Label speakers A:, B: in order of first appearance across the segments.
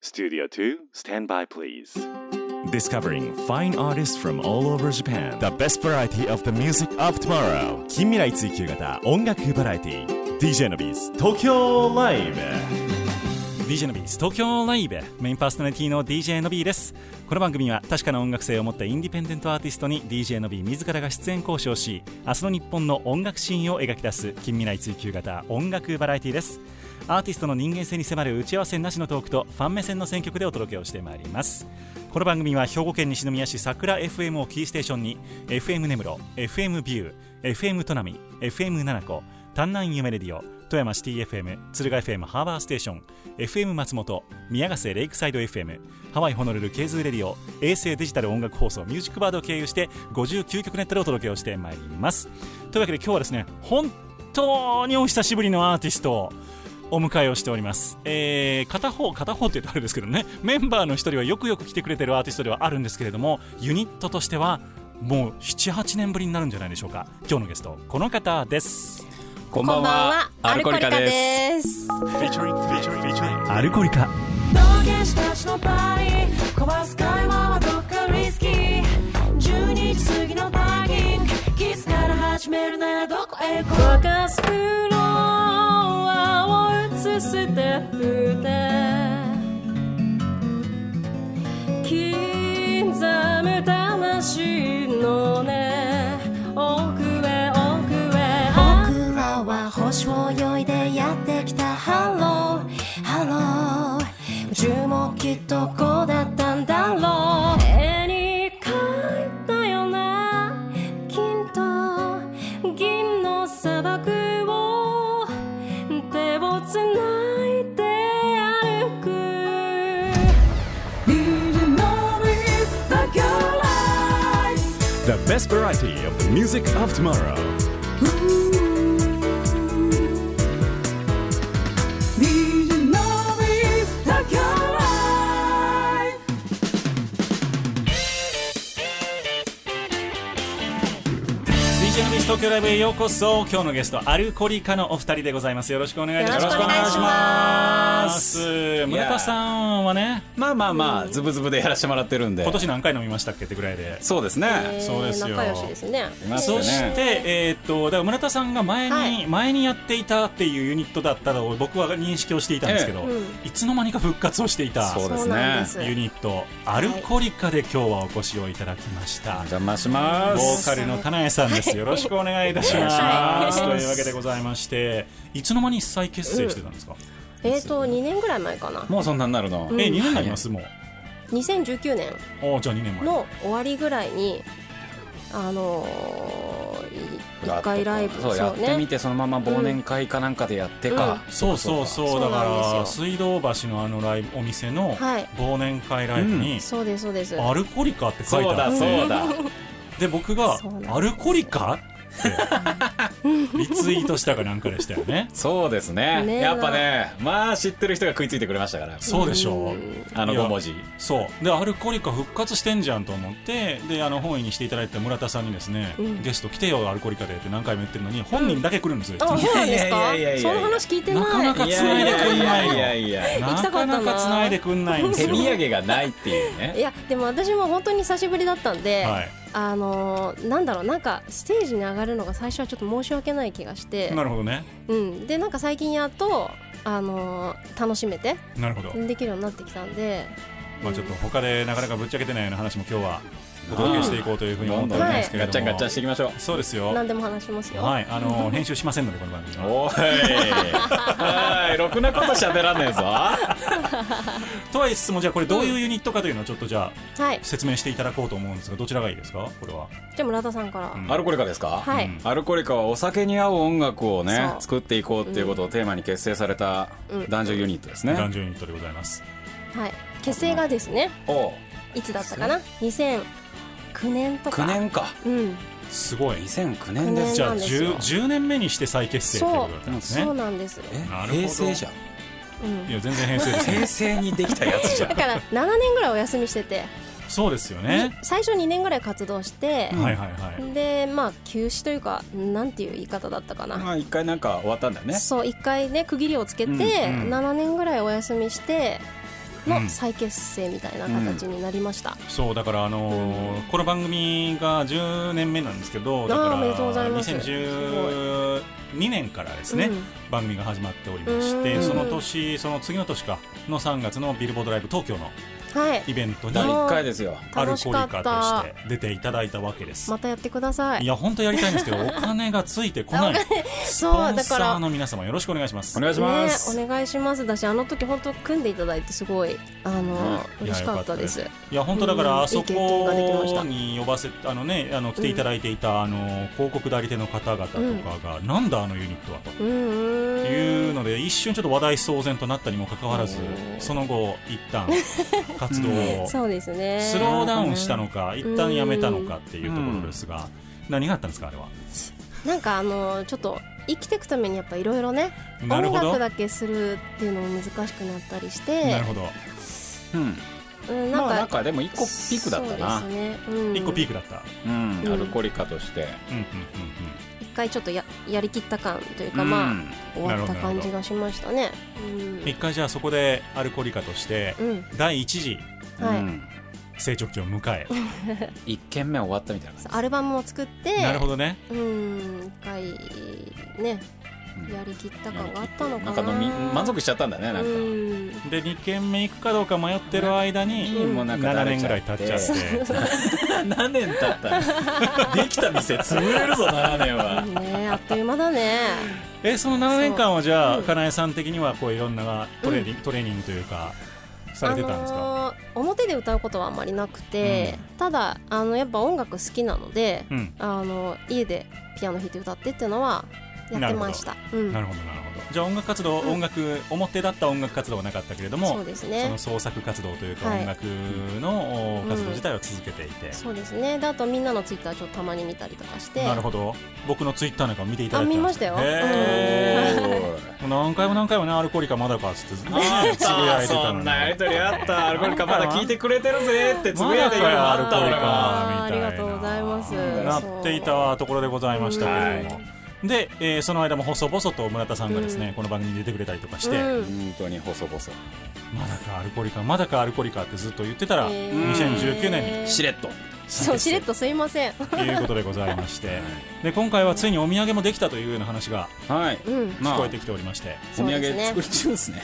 A: Studio 2, stand by please.
B: Discovering fine artists from all over Japan. The best variety of the music of tomorrow. 近未来追求型音楽バラエティ DJ のビーズ東京ライブ DJ のビーズ東京ライブメインパーソナリティの DJ のビーですこの番組は確かな音楽性を持ったインディペンデントアーティストに DJ のビー自らが出演交渉し明日の日本の音楽シーンを描き出す近未来追求型音楽バラエティですアーティストの人間性に迫る打ち合わせなしのトークとファン目線の選曲でお届けをしてまいりますこの番組は兵庫県西宮市桜 FM をキーステーションに FM 根室 FM ビュー FM 砺波 FM 七子丹南夢レディオ富山シティ FM 鶴ヶ FM ハーバーステーション FM 松本宮ヶ瀬レイクサイド FM ハワイホノルルケイズーレディオ衛星デジタル音楽放送ミュージックバードを経由して59曲ネットでお届けをしてまいりますというわけで今日はですね本当にお久しぶりのアーティストをお迎えをしております、えー、片方片方って言うとあれですけどねメンバーの一人はよくよく来てくれてるアーティストではあるんですけれどもユニットとしてはもう78年ぶりになるんじゃないでしょうか今日のゲストこの方です
C: こ
D: こんばんは、アルコリカです。
C: す。
A: Featuring, featuring, featuring.
B: アルコリカ
E: 冒険者たちのパーリー壊す会話はどっかリスキー12時過ぎのパーキングキスから始めるならどこへ行こう
D: 溶かすフロアを映すステップで刻む魂のね奥へ奥へ
E: 僕らは星を泳いでやってきたハローハロー宇宙もきっとこうだったんだろう
D: 絵に描いたような金と銀の砂漠を手をつないで歩く
B: The best variety of the music of tomorrow 東京ライブへようこそ今日のゲストアルコリカのお二人でございますよろしくお願いいたします
C: よろしくお願いしま
B: 村田さんはね
C: まあまあまあ、ズブズブでやらせてもらってるんで。
B: 今年何回飲みましたっけってぐらいで
C: そうですね。
B: そうですよ
D: 仲良しですね
C: いました
B: そし
C: ね。
B: て、えーっとだから村田さんが前に、
D: はい
B: 前にやっていたっていうユニットだったのを僕は認識をしていたんですけど、いつの間にか復活をしていた
C: そうで
D: そ
C: す
D: うなん
C: ね
D: で。す
B: ユニットアルコリカで今日はお越しをいただきました。
C: 邪魔しま
B: ボー
C: す。
B: カルのかなえさんです。よろしくお願いいたします。というわけでございまして、いつの間に再結成してたんですか。
D: えーと2年ぐらい前かな
C: もうそんなんなるの。
B: え、2年になりますもう。
D: 2019年
B: おーじゃあ2年前。
D: の終わりぐらいにあのー、い一回ライブ
C: そう、やってみて、そのまま忘年会かなんかでやってか。
B: そうそう
D: そ
B: そう
D: う
B: だ
D: そうな
B: か
D: ん
B: ら
D: です
B: 水道橋のあのライブお店の
D: はい
B: 忘年会ライブに
D: そうですそうです
B: アルコリカって書い
C: そう
B: てあ
C: だ、
B: る
C: そうだ。
B: で僕が
D: そうなんです
B: アルコリカってリツイートしたかなんかでしたよね
C: そうです
D: ね
C: ね。
D: え
C: やっぱね、まあ知ってる人が食いついてくれましたから。
B: そうでしょう
C: あの
B: いや
C: 5文字。
B: そうでアルコリカ復活してんじゃんと思ってであの本位にしていただいた村田さんにですね、
D: うん
B: ゲスト来てよアルコリカでって何回も言ってるのに本人だけ来るんですよ、いつ
D: あ、
B: も
D: そうなんですか
C: いやいやいやいやいや
D: その話聞いてない
B: なかなか
C: い
B: 繋いでくんないの
C: やいやいやいや。
D: 行き
B: な
D: たか
B: か
D: ったな
B: なかつないでくんないんですよ
C: 手土産がないっていうね
D: い。やでも私も本当に久しぶりだったんで、
B: はい
D: あのーなんだろうなんかステージに上がるのが最初はちょっと申し訳ない気がして
B: なるほどね
D: うん、でなんか最近やっとあのー楽しめて
B: なるほど、
D: できるようになってきたんで
B: まあ、ちょっと他でなかなかぶっちゃけてないような話も今日はお届けしていこうというふうに
C: ど
B: 思
C: ん
B: って
C: ど
B: お
C: ん
B: り
C: ね
B: ま
D: い
B: すけれ
C: ガ
B: ど
C: ッチ
B: も、
C: ャンガッチャンしていきましょう。
B: そうですよ
D: 何でも話しますよ、
B: はいあの編集しませんのでこの番組は
C: おいはいろくなこと喋らねえぞ
B: とは言いつつもじゃあこれどういうユニットかというのをちょっとじゃあ
D: はい
B: 説明していただこうと思うんですがどちらがいいですかこれは
D: じゃあ村田さんから、
B: ん
C: アルコリカですか、
D: はい、
B: うん
C: アルコリカはお酒に合う音楽をね
D: そう
C: 作っていこうっていうことをテーマに結成された
D: うん
C: 男女ユニットですね、
B: 男女ユニットでございます
D: はい結成がですね
C: おう
D: いつだったかな2009年とか
C: 9年か
D: うん
B: すごい
C: 2009年です
B: じゃあ
D: そうなんですよ
B: 10, 10年目にして再結成ということだったんですね
D: そうなんです、
C: え
B: なるほど
C: 平成じゃん
D: うん
B: い、や全然編成です ね
C: 平成にできたやつじゃん
D: だから7年ぐらいお休みしてて
B: そうですよね
D: 最初2年ぐらい活動して、
B: はいはいはい
D: でまあ休止というかなんていう言い方だったかな、
C: まあ一回なんか終わったんだよね
D: そう一回ね区切りをつけて、
C: うん
B: うん
D: 7年ぐらいお休みしての再結成みたいな形になりました、
B: そうだからあのーこの番組が10年目なんですけどだ
D: あー
B: から
D: おめでとうございます
B: 2012年からですね、
D: うん
B: 番組が始まっておりまして、
D: うん
B: その年その次の年かの3月のビルボードライブ東京の
D: はい
B: イベントに
C: 第1回ですよ
B: アル
D: 楽
B: コ
D: し
B: リ
D: かっ
B: カ
D: た
B: として出ていただいたわけです、
D: またやってくださ
B: い
D: い
B: や本当やりたいんですけどお金がついてこ ないスポ
D: そう
B: ン
D: だ
B: サ
D: か
B: ー
D: ら
B: の皆様よろしくお願いします
C: お願いします、
D: ね、お願いしますだしあの時本当組んでいただいてすごいあの、
B: うん
D: 嬉しかったです
B: いいや本当だか
D: うん
B: らあそ
D: いい経験ができました
B: こに呼ばせあのねあの来ていただいていた、あの広告代理店の方々とかが、なんだあのユニットはと
D: うんうん
B: いうので一瞬ちょっと話題騒然となったにもかかわらず
D: うん
B: その後一 旦活動を
D: そうですね
B: スローダウンしたのか一旦やめたのかっていうところですが、何があったんですかあれは
D: なんかあのちょっと生きていくためにやっぱいろいろね
B: なる
D: 音
B: ほど
D: 楽
B: な
D: だけするっていうのも難しくなったりして
B: るほど
C: うん、
D: うん、なん
C: ま
D: か、
C: あなんかでも1個ピークだったな
D: そうですね、うん、
B: 一個ピークだった、
C: うん
D: うん
C: アルコリカとして、
B: うんうんうん
D: 一回ちょっとややりきった感というか、
C: うん
D: まあ終わった感じがしましたねうん
B: うん、一回じゃあそこでアルコリカとして
D: うん
B: 第一次
D: はい、
C: うん
B: 成長期を迎え
C: 一軒目終わったみたいな感
D: アルバムを作って
B: なるほどね
D: うん一回ね
C: じ、うん
D: やりきった感があったのかな
C: なんか飲み満足しちゃったんだねなんか、
D: うん
B: で2軒目行くかどうか迷ってる間に
C: もうなんか
B: 7年ぐらい経っちゃって
C: 7年経った できた店潰れるぞ7年は
D: ねあっという間だね
B: えその7年間はじゃあ
D: うん
B: かなえさん的にはこういろんなトレーニングトレーニングというかされてたんですか
D: あのー表で歌うことはあんまりなくて、ただあのやっぱ音楽好きなので、
B: うん
D: あの家でピアノ弾いて歌ってっていうのはやってましたうん
B: なるほどなるほどじゃあ音楽活動音楽表だった音楽活動はなかったけれど
D: そう
B: も
D: です
B: その
D: ね
B: 創作活動というか
D: はい
B: 音楽のお
D: うん
B: 活動自体は続けていて
D: そうですねであとみんなのツイッターちょっとたまに見たりとかして
B: なるほど僕のツイッターなんかも見ていただいて
D: あ見ましたよ
B: へえもう何回も何回もねアルコリカまだかっつっ てずっとつぶやいてたの
C: そ
B: に
C: んなやりとりあったアルコリカまだ聞いてくれてるぜってつ
B: ま
C: ぶやい
B: だ
C: て
B: か
C: る
B: らアル
C: あ
B: コリ
C: った俺が
B: カみたいな
D: ありがとうございます
B: なっていたところでございましたけれども、で、えーその間も細々と村田さんがですね、
D: う
B: この番組に出てくれたりとかして、
D: うん
C: 本当に細々
B: まだかアルコリカまだかアルコリカってずっと言ってたら、
D: えー
B: 2019年に
C: しれっと
D: そうしれっとすいません
B: ということでございましてで今回はついにお土産もできたというような話が
C: はい
D: うん
C: ま
B: 聞
C: あ
B: こ
C: お
B: え
C: 土
B: てきておりまして、
D: そうです
C: 産
D: ね
C: 作り中ですね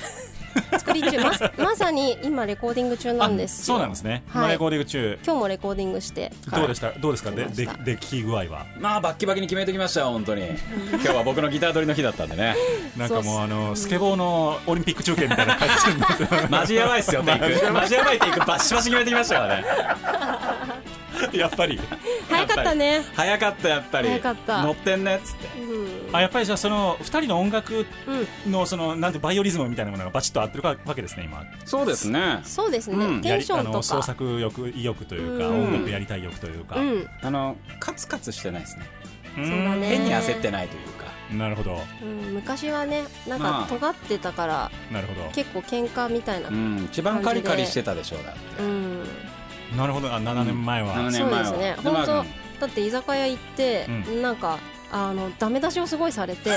D: 作 り中まさまさに今レコーディング中なんです
B: そうなんですね、
D: はい
B: マレコーディング中
D: 今日もレコーディングして
B: どうでしたどうですかでで
D: 出ました
B: で聞き具合は
C: まあバッキバキに決めてきましたよ 本当に今日は僕のギター取りの日だったんでね
B: なんかもうあのスケボーのオリンピック中継みたいな感じになって
C: マジやばいっすよテイクマジやばいテイクバシバシ決めてきましたからね
B: やっぱり
D: 早かったね
C: 早かったやっぱり
D: 早かった
C: 乗ってんねっつって
D: うん
B: あやっぱりじゃあその2人の音楽
D: うん
B: のそのなんてバイオリズムみたいなものがバチッと合ってるわけですね今
C: そうですね
D: そうですね、
C: うん
D: テンショ
B: や
D: ン
B: りあ
D: と
B: の創
D: か
B: 作欲意欲というか、
D: うん
B: 音楽やりたい欲というか、
D: う
B: うん
D: ん
C: あのカツカツしてないですね
D: そうだね
C: 変に焦ってないというか
B: なるほど
D: うん、昔はねなん
C: まあ
D: か尖ってたから
B: なるほど
D: 結構喧嘩みたいな、
C: う
D: うん
C: ん一番カリカリしてたでしょうだって
B: なるほどあ7年前は、
C: 7
D: そ
C: 年
D: う
C: 前
D: で
C: は
D: すね
C: でまあ
D: 本だって居酒屋行って、
B: う
D: なんかあのダメ出しをすごいされて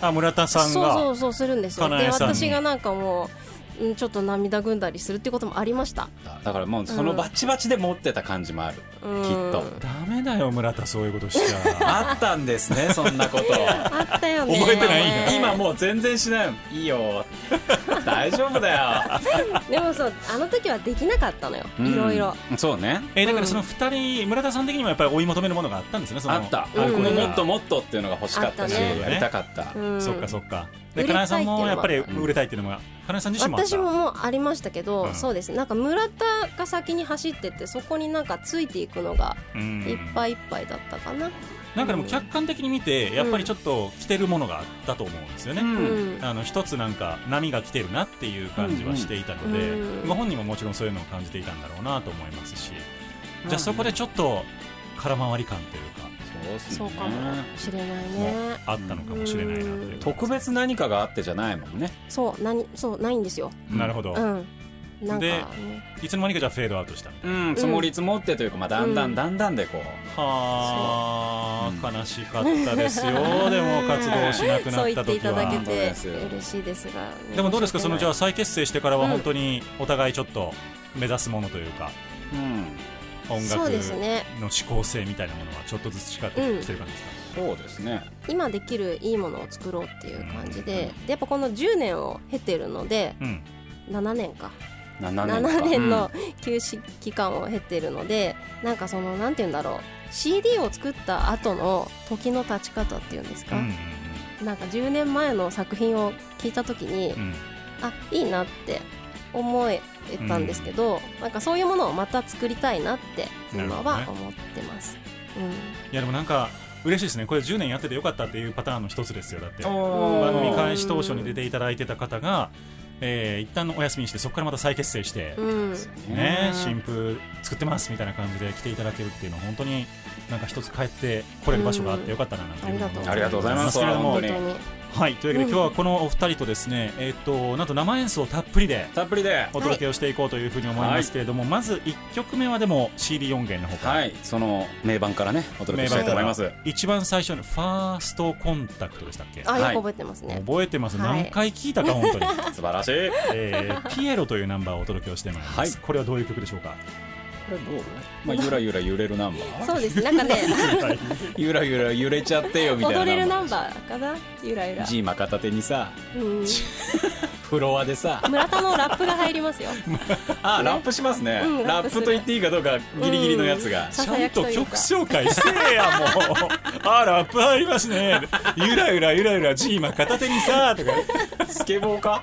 B: あ村田 さん
D: そうそ
B: が
D: うそうするんですよ
B: かな
D: で
B: えさんに
D: 私がなんかもううんちょっと涙ぐんだりするってこともありました
C: だからもうそのバチバチで持ってた感じもある、
D: うん
C: きっと
B: ダメだよ村田そういうことしち ゃ
C: あったんですねそんなこと
D: あった よね
B: 覚えてない
C: 今もう全然しないいいよ大丈夫だよ
D: でもそうあの時はできなかったのよ いろいろ
C: うんそうね
B: えだからその2人村田さん的にもやっぱり追い求めるものがあったんですねその
C: あった
B: ア
C: あ
B: ルコ
C: こ
B: ー
C: れ
B: ルが
C: もっともっとっていうのが欲しかったし
D: あったね
C: やりたかった、
D: うん
B: そっかそっか
D: 売
B: で
D: れたい
B: 金井さんもやっぱり
D: っていうのもあった
B: 売れたいっていうのも金井さん自身もあった
D: 私ももうありましたけど、
B: うん
D: そうですねなんか村田が先に走ってってそこになんかついていくのが
B: うん
D: いっぱいいっぱいだったかな、
B: なんかでも客観的に見てやっぱりちょっと着てるものがあったと思うんですよね、
C: うん
D: うん
B: あの一つなんか波が来てるなっていう感じはしていたので、
D: うんうん
B: ご本人ももちろんそういうのを感じていたんだろうなと思いますし、じゃあそこでちょっと空回り感というか
C: そうっすね
D: そうかもしれないね
B: あったのかもしれないなという、
C: 特別何かがあってじゃないもんね
D: そう何そうないんですよ
C: うん
B: なるほど、
D: うんなんか、
B: で
D: ね、
B: いつの間にかじゃあフェードアウトしたみたい
C: うん積もり積もってというか、まあ、だんだんだんだんでこう、
B: なは
C: そ
B: あ、悲しかったです よでも活動しなく
D: そう
B: なっ
D: 言
B: た
D: ってい
B: 時
D: ただけ
B: は
D: て嬉しいですが、ね
B: でもどうですかそのじゃあ
D: 申し
B: 再結成してからは本当にお互いちょっと目指すものというか
C: う
B: 音
C: ん、
B: 楽
D: そうですね
B: の指向性みたいなものはちょっとずつ違ってきてる感じですか、
C: そうですね
D: 訳ない今できるいいものを作ろうっていう感じででやっぱこの10年を経てるので
B: うん
D: 7年か
C: 7年か
D: 7年の休止期間を経てるので、なんかそのなんて言うんだろう CD を作った後の時の立ち方っていうんです
B: う
D: か、
B: んうん
D: なんか10年前の作品を聞いた時に、
B: うんうん
D: あいいなって思えたんですけど、なんかそういうものをまた作りたいなって今
B: なる
D: は
B: ほ
D: 思ってます、
B: いやでもなんか嬉しいですねこれ10年やっててよかったっていうパターンの一つですよだって番
D: 番
B: 組開始当初に出ていただいてた方が、えー、一旦のお休みにしてそこからまた再結成して、
D: うん、うん、
B: ね
C: ね、
B: 新風作ってますみたいな感じで来ていただけるっていうのは本当になんか一つ帰ってこれる場所があってよかったななんていうふうに思います
C: ありがとうございます
B: けれども
C: 本
D: 本
C: 当
D: 当
C: に
D: に
B: はいというわけで今日はこのお二人とですねえっとなんと生演奏たっぷりで
C: たっぷりで
B: お届けをしていこうというふうに思いますけれども、まず1曲目はでも CD4 弦のほか、
C: はいその名盤からねお届けしたいと思います
B: 一番最初のファーストコンタクトでしたっけ
D: あよ
C: はい
D: く覚えてますね、
B: 覚えてます、
D: はい
B: 何回聞いたか本 当に、
C: 素晴らしい
B: えーピエロというナンバーをお届けをしてまいります、
C: はい
B: これはどういう曲でしょうか
C: まあ、ゆらゆら揺れるナンバー
D: そうですな んかね
C: ゆらゆら揺れちゃってよみたいな
D: 踊れるナンバーかなゆらゆら、
C: G マ片手にさ
D: うん、
C: フロアでさ
D: 村田のラップが入りますよ
C: あラップしますね、
D: うん
C: ラップと言っていいかどうかギリギリのやつが、
D: さ
B: ち
D: さ
B: ゃ
D: や
B: ん
D: き
B: と
D: という
B: 曲
D: か
B: 紹介せえやもうあラップ入りますねゆらゆらゆらゆらジーマ片手にさーとか
C: スケボー か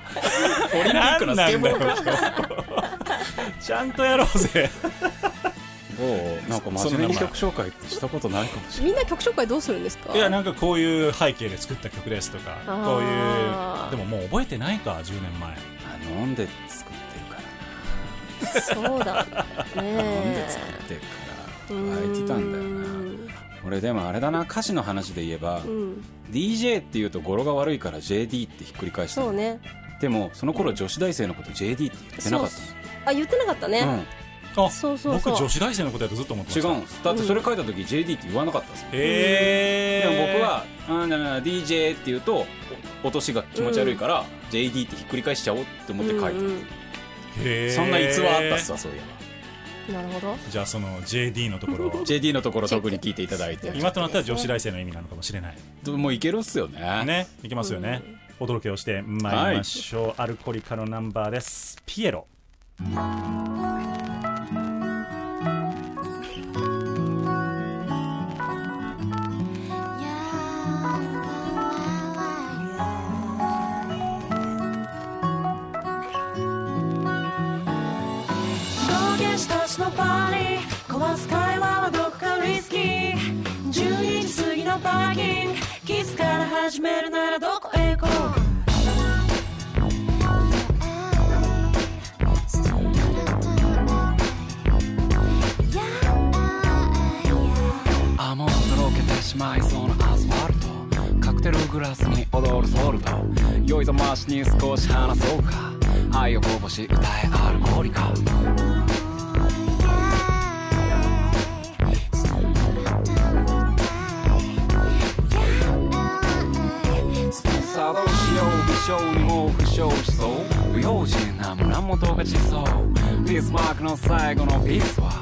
C: オリンピッ
B: 何
C: クの
B: な
C: スケ
B: ん
C: ボ
B: だ
C: ー
B: よ
C: か
B: ちゃんとやろうぜ
C: どうなんか真面目に曲紹介ってしたことないかもしれない
D: みんな曲紹介どうするんですか
B: いやなんかこういう背景で作った曲ですとか
D: あー
B: こういうでももう覚えてないか10年前
C: あ飲んで作ってるから
D: そうだね
C: 飲んで
D: え
C: 作ってるから
D: う
C: 湧いてたんだよな俺でもあれだな歌詞の話で言えば、
D: うん
C: DJ っていうと語呂が悪いから JD ってひっくり返したの
D: そうね
C: でもその頃女子大生のこと JD って言ってなかっ
D: そう
C: た
D: あ言ってなかった
C: の
D: ね、
B: あ
D: そうそうそう
B: 僕女子大生のことやとずっと思ってました
C: うん、違うんですだってそれ書いた時 JD って言わなかったんですよ、
B: へ
C: で
B: ー
C: も僕は「あー DJ」って言うとお落としが気持ち悪いから、JD ってひっくり返しちゃおうって思って書いた、
D: うんうん
B: へー
C: そんな逸話あったっすわそういえ
D: なるほど
B: じゃあその JD のところ
C: ば
B: を
C: JD のところ特に聞いていただいて
B: 今となっては女子大生の意味なのかもしれない
C: もういけるっすよね
B: ねいきますよね、お届けをしてまいりましょう、アルコリカのナンバーですピエロ
F: 冒険士たちのパーリー壊す会話はどこかリスキー12時過ぎのパーキングキスから始めるならどこへ行こう
G: あもうとろけてしまいそうなアスファルトカクテルグラスに踊るソルト酔いざましに少し話そうか愛をこぼし歌えアルコーリカさあどうしよう微笑にも負傷しそう不用心な胸元がちそうビスマークの最後のピースは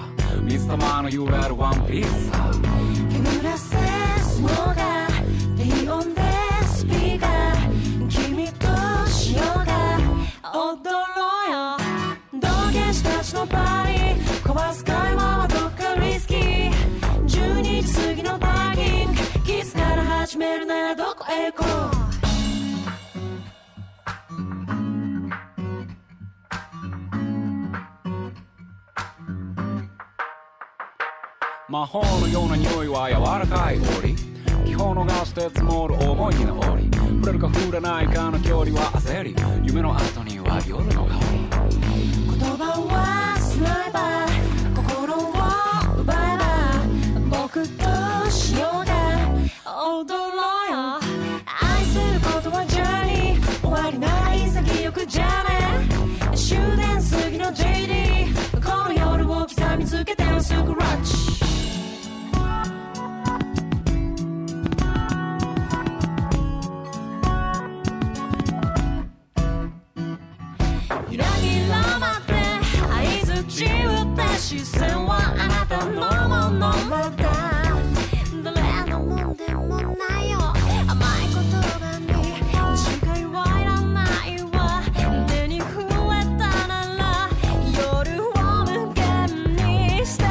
G: 水玉の揺れるワンピースさ
F: 煙らせスモーが低音でスピーカー君と潮が踊ろうよ同芸師たちのパーティー壊す会話はどっかリスキー12時過ぎのパーキングキスから始めるならどこへ行こう
G: 魔法のような匂いは柔らかい氷気泡逃して積もる思いに残り触れるか触れないかの距離は焦り夢の後には夜の香り
F: 言葉はスナイパー心を奪えば僕と潮が踊ろうよ愛することはジャーニー終わりなら潔くじゃね終電過ぎの10 「ゆらぎらまって合図ち打った視線はあなたのものまだ」「誰のもんでもないよ甘い言葉に誓いはいらないわ」「手に触れたなら夜を無限にした」